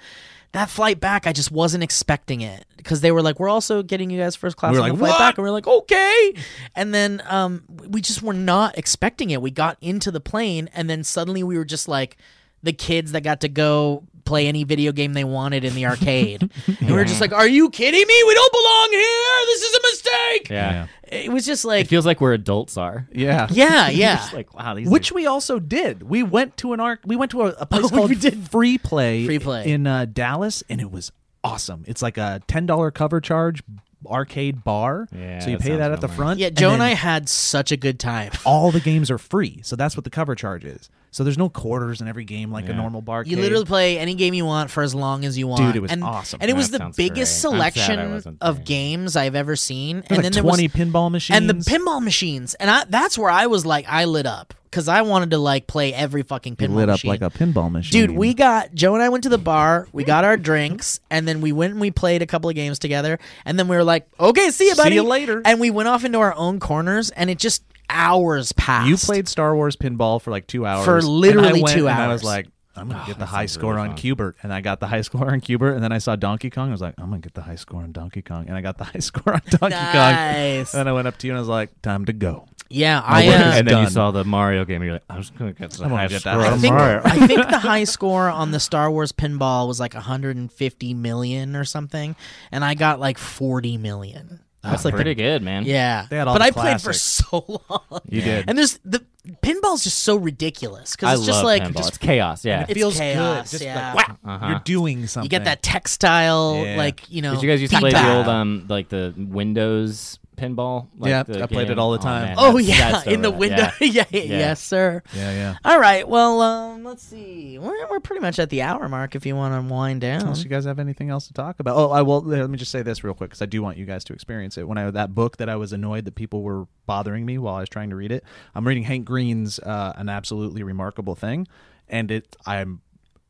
Speaker 3: that flight back, I just wasn't expecting it because they were like, "We're also getting you guys first class
Speaker 4: We were
Speaker 3: on
Speaker 4: like,
Speaker 3: the flight
Speaker 4: "What?"
Speaker 3: back," and we are like, "Okay." And then um, we just were not expecting it. We got into the plane, and then suddenly we were just like the kids that got to go play any video game they wanted in the arcade, and we were just like, "Are you kidding me? We don't belong here. This is a mistake."
Speaker 5: yeah.
Speaker 3: It was just
Speaker 5: It
Speaker 3: like,
Speaker 5: feels like where adults are.
Speaker 4: Yeah,
Speaker 3: yeah,
Speaker 5: You're
Speaker 3: yeah.
Speaker 5: just like wow, these
Speaker 4: Which we also did. We went to an arc. We went to a, a place
Speaker 3: Oh,
Speaker 4: called
Speaker 3: we did.
Speaker 4: Free Play.
Speaker 3: Free Play.
Speaker 4: in uh, Dallas, and it was awesome. It's like a ten dollar cover charge arcade bar.
Speaker 5: Yeah,
Speaker 4: so you
Speaker 5: that
Speaker 4: pay that
Speaker 5: sounds
Speaker 4: at the
Speaker 5: familiar.
Speaker 4: front.
Speaker 3: yeah, Joe and
Speaker 4: then
Speaker 3: I had such a good time.
Speaker 4: all the games are free. So that's what the cover charge is. So there's no quarters in every game like a normal bar.
Speaker 3: You literally play any game you want for as long as you want.
Speaker 4: it was
Speaker 3: and,
Speaker 4: awesome.
Speaker 3: And it was
Speaker 5: That
Speaker 3: the
Speaker 5: sounds
Speaker 3: biggest
Speaker 5: great. I'm sad I
Speaker 3: selection
Speaker 5: wasn't
Speaker 3: of
Speaker 5: there.
Speaker 3: games I've ever seen. and
Speaker 4: like
Speaker 3: then there
Speaker 4: 20
Speaker 3: was
Speaker 4: pinball machines.
Speaker 3: and the pinball machines. And I that's where I was like I lit up cuz I wanted to like play every fucking pinball
Speaker 4: lit up
Speaker 3: machine.
Speaker 4: like a pinball machine.
Speaker 3: Dude, we got Joe and I went to the bar, we got our drinks, and then we went and we played a couple of games together, and then we were like, "Okay, see you,
Speaker 4: See
Speaker 3: buddy."
Speaker 4: you later.
Speaker 3: And we went off into our own corners, and it just hours passed.
Speaker 4: You played Star Wars pinball for like two hours.
Speaker 3: For
Speaker 4: and I
Speaker 3: literally
Speaker 4: went
Speaker 3: two
Speaker 4: and I
Speaker 3: hours.
Speaker 4: was like, I'm going to get the high score on Cubert. And I got the high score on Cubert. And then I saw Donkey Kong. I was like, I'm going to get the high score on Donkey Kong. And I got the high score on Donkey Kong.
Speaker 3: Nice.
Speaker 4: And then I went up to you and I was like, time to go.
Speaker 3: Yeah,
Speaker 14: I,
Speaker 3: I.
Speaker 14: uh,
Speaker 3: Uh,
Speaker 14: and then you saw the Mario game. And you're like, I'm just gonna get the
Speaker 3: I
Speaker 14: high
Speaker 3: think,
Speaker 14: score on Mario.
Speaker 3: I think the high score on the Star Wars pinball was like 150 million or something, and I got like 40 million.
Speaker 5: That's
Speaker 3: like the-
Speaker 5: pretty good, man.
Speaker 3: Yeah,
Speaker 5: They had all
Speaker 3: but
Speaker 5: the
Speaker 3: I played for
Speaker 5: classics.
Speaker 3: so long.
Speaker 5: You did.
Speaker 3: and there's the pinball's just so ridiculous
Speaker 5: I
Speaker 3: because it's just
Speaker 5: love
Speaker 3: like
Speaker 5: pinball.
Speaker 3: just-
Speaker 5: It's chaos, yeah.
Speaker 3: it
Speaker 5: It's
Speaker 3: feels
Speaker 5: chaos,
Speaker 3: good. Just
Speaker 5: just
Speaker 3: yeah,
Speaker 5: like, wah, Uh-huh.
Speaker 4: You're doing something.
Speaker 3: You get that textile,
Speaker 5: Yeah.
Speaker 3: like you know.
Speaker 5: Did you guys used to play
Speaker 3: feedback.
Speaker 5: the old um like the Windows pinball? Like
Speaker 4: Yep,
Speaker 5: the
Speaker 4: I played
Speaker 5: game?
Speaker 4: it all the
Speaker 5: Oh,
Speaker 4: time.
Speaker 5: man,
Speaker 3: Oh,
Speaker 5: that's-
Speaker 3: yeah,
Speaker 5: that's so
Speaker 3: in the
Speaker 5: rad.
Speaker 3: window. Yeah, yeah, yes, sir.
Speaker 4: Yeah, yeah.
Speaker 3: All right. Well, um, let's see. We're, we're pretty much at the hour mark. If you want to wind down,
Speaker 4: Unless you guys have anything else to talk about. Oh, I will. Let me just say this real quick because I do want you guys to experience it. When I that book that I was annoyed that people were bothering me while I was trying to read it, I'm reading Hank Green's uh, "An Absolutely Remarkable Thing," and it I'm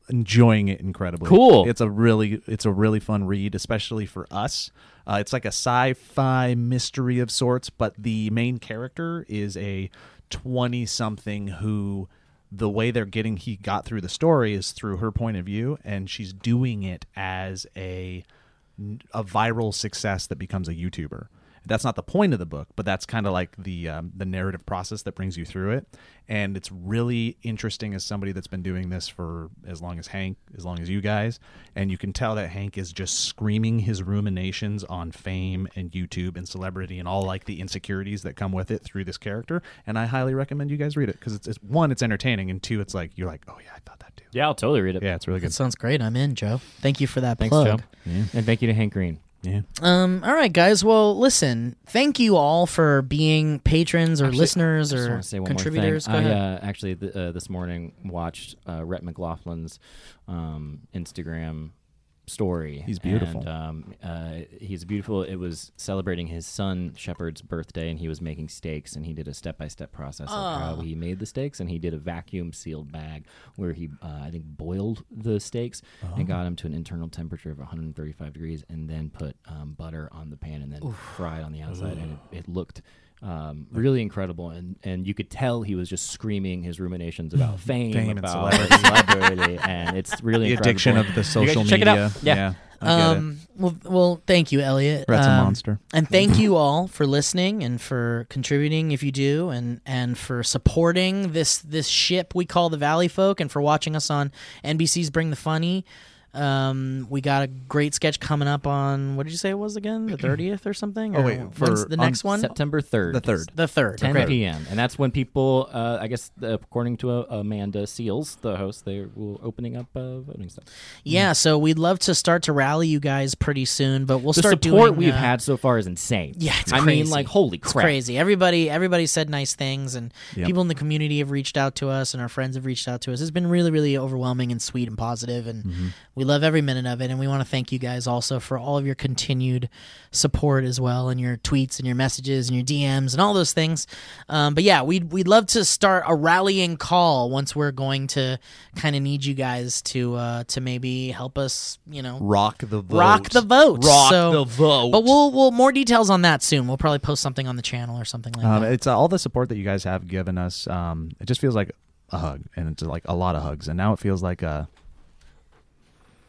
Speaker 4: enjoying it incredibly.
Speaker 5: Cool.
Speaker 4: It's a really it's a really fun read, especially for us. Uh, it's like a sci-fi mystery of sorts, but the main character is a 20 something who the way they're getting he got through the story is through her point of view and she's doing it as a a viral success that becomes a YouTuber. That's not the point of the book, but that's kind of like the um, the narrative process that brings you through it, and it's really interesting as somebody that's been doing this for as long as Hank, as long as you guys, and you can tell that Hank is just screaming his ruminations on fame and YouTube and celebrity and all like the insecurities that come with it through this character, and I highly recommend you guys read it because it's, it's one, it's entertaining, and two, it's like you're like, oh yeah, I thought that too.
Speaker 5: Yeah, I'll totally read it.
Speaker 4: Yeah, it's really good.
Speaker 3: That sounds great. I'm in, Joe. Thank you for that
Speaker 5: Thanks,
Speaker 3: plug.
Speaker 5: Joe. And thank you to Hank Green.
Speaker 4: Yeah.
Speaker 3: Um, all right, guys. Well, listen. Thank you all for being patrons or listeners
Speaker 5: I just
Speaker 3: or
Speaker 5: wanna say one more thing.
Speaker 3: contributors. Go
Speaker 5: I,
Speaker 3: ahead.
Speaker 5: Uh, actually, th- uh, this morning watched uh, Rhett McLaughlin's um, Instagram story.
Speaker 4: He's beautiful.
Speaker 5: And, um, uh, he's beautiful. It was celebrating his son Shepard's birthday, and he was making steaks, and he did a step-by-step process of how
Speaker 3: Oh.
Speaker 5: he made the steaks, and he did a vacuum-sealed bag where he, uh, I think, boiled the steaks
Speaker 4: Uh-huh.
Speaker 5: and got them to an internal temperature of 135 degrees, and then put um, butter on the pan, and then fried on the outside, and it, it looked um, really incredible, and and you could tell he was just screaming his ruminations about fame,
Speaker 4: Fame and
Speaker 5: about
Speaker 4: celebrity.
Speaker 5: celebrity, and it's really
Speaker 4: The
Speaker 5: incredible.
Speaker 4: addiction of the
Speaker 5: You guys should
Speaker 4: social
Speaker 5: check it out.
Speaker 4: media. Yeah.
Speaker 5: yeah.
Speaker 3: um, well, well, thank you, Elliot.
Speaker 4: Brett's a
Speaker 3: Um,
Speaker 4: monster.
Speaker 3: And thank you all for listening and for contributing if you do, and and for supporting this this ship we call the Valley Folk, and for watching us on NBC's Bring the Funny. Um, we got a great sketch coming up on what did you say it was again? The thirtieth or something?
Speaker 5: Oh,
Speaker 3: Or
Speaker 5: wait,
Speaker 3: when's
Speaker 5: for-
Speaker 3: the
Speaker 5: on
Speaker 3: next one?
Speaker 5: September 3rd. The 3rd.
Speaker 3: The third.
Speaker 5: 10
Speaker 3: Great.
Speaker 5: p.m. And that's when people, uh, I guess, uh, according to uh, Amanda Seals, the host, they were opening up uh, voting stuff.
Speaker 3: Yeah, so we'd love to start to rally you guys pretty soon, but we'll
Speaker 5: the
Speaker 3: start
Speaker 5: support
Speaker 3: doing.
Speaker 5: we've
Speaker 3: uh,
Speaker 5: had so far is insane.
Speaker 3: Yeah, it's
Speaker 5: I
Speaker 3: crazy.
Speaker 5: mean, like, holy
Speaker 3: It's
Speaker 5: crap!
Speaker 3: crazy. Everybody, everybody said nice things, and
Speaker 5: Yep.
Speaker 3: people in the community have reached out to us, and our friends have reached out to us. It's been really, really overwhelming and sweet and positive, and
Speaker 5: Mm-hmm.
Speaker 3: we love every minute of it. And we want to thank you guys also for all of your continued support as well, and your tweets and your messages and your DMs and all those things. Um, but yeah, we'd we'd love to start a rallying call once we're going to kind of need you guys to uh, to maybe help us, you know,
Speaker 4: Rock the vote.
Speaker 3: rock the vote.
Speaker 4: Rock
Speaker 3: So-
Speaker 4: the vote.
Speaker 3: But we'll we'll more details on that soon. We'll probably post something on the channel or something like
Speaker 4: um,
Speaker 3: that.
Speaker 4: it's uh, all the support that you guys have given us. Um, it just feels like a hug, and it's like a lot of hugs. And now it feels like a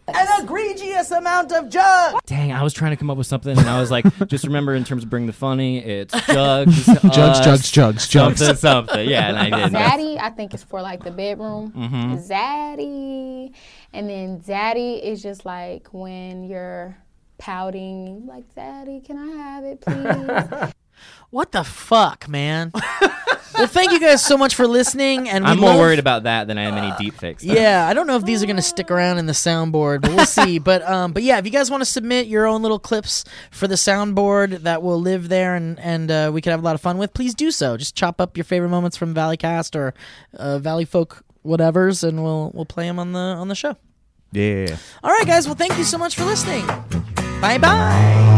Speaker 6: An egregious amount of jug.
Speaker 5: Dang, I was trying to come up with something, and I was like, just remember in terms of bring the funny, it's jugs, jugs,
Speaker 3: Uh,
Speaker 4: Jugs, jugs, jugs, jugs.
Speaker 5: something, something. Yeah, and I did. That's-
Speaker 12: Zaddy, I think it's for like the bedroom.
Speaker 5: Mhm.
Speaker 12: Zaddy, and then daddy is just like when you're pouting, like daddy, can I have it, please?
Speaker 3: what the fuck, man? well, thank you guys so much for listening. And we
Speaker 5: I'm more
Speaker 3: love-
Speaker 5: worried about that than I am any deep fakes.
Speaker 3: Yeah, I don't know if these are gonna stick around in the soundboard, but we'll see. But um, but yeah, if you guys want to submit your own little clips for the soundboard that will live there and and uh, we could have a lot of fun with, please do so. Just chop up your favorite moments from Valleycast or uh, Valley Folk whatever's, and we'll we'll play them on the on the show.
Speaker 4: yeah.
Speaker 3: All right, guys. Well, thank you so much for listening. Bye bye.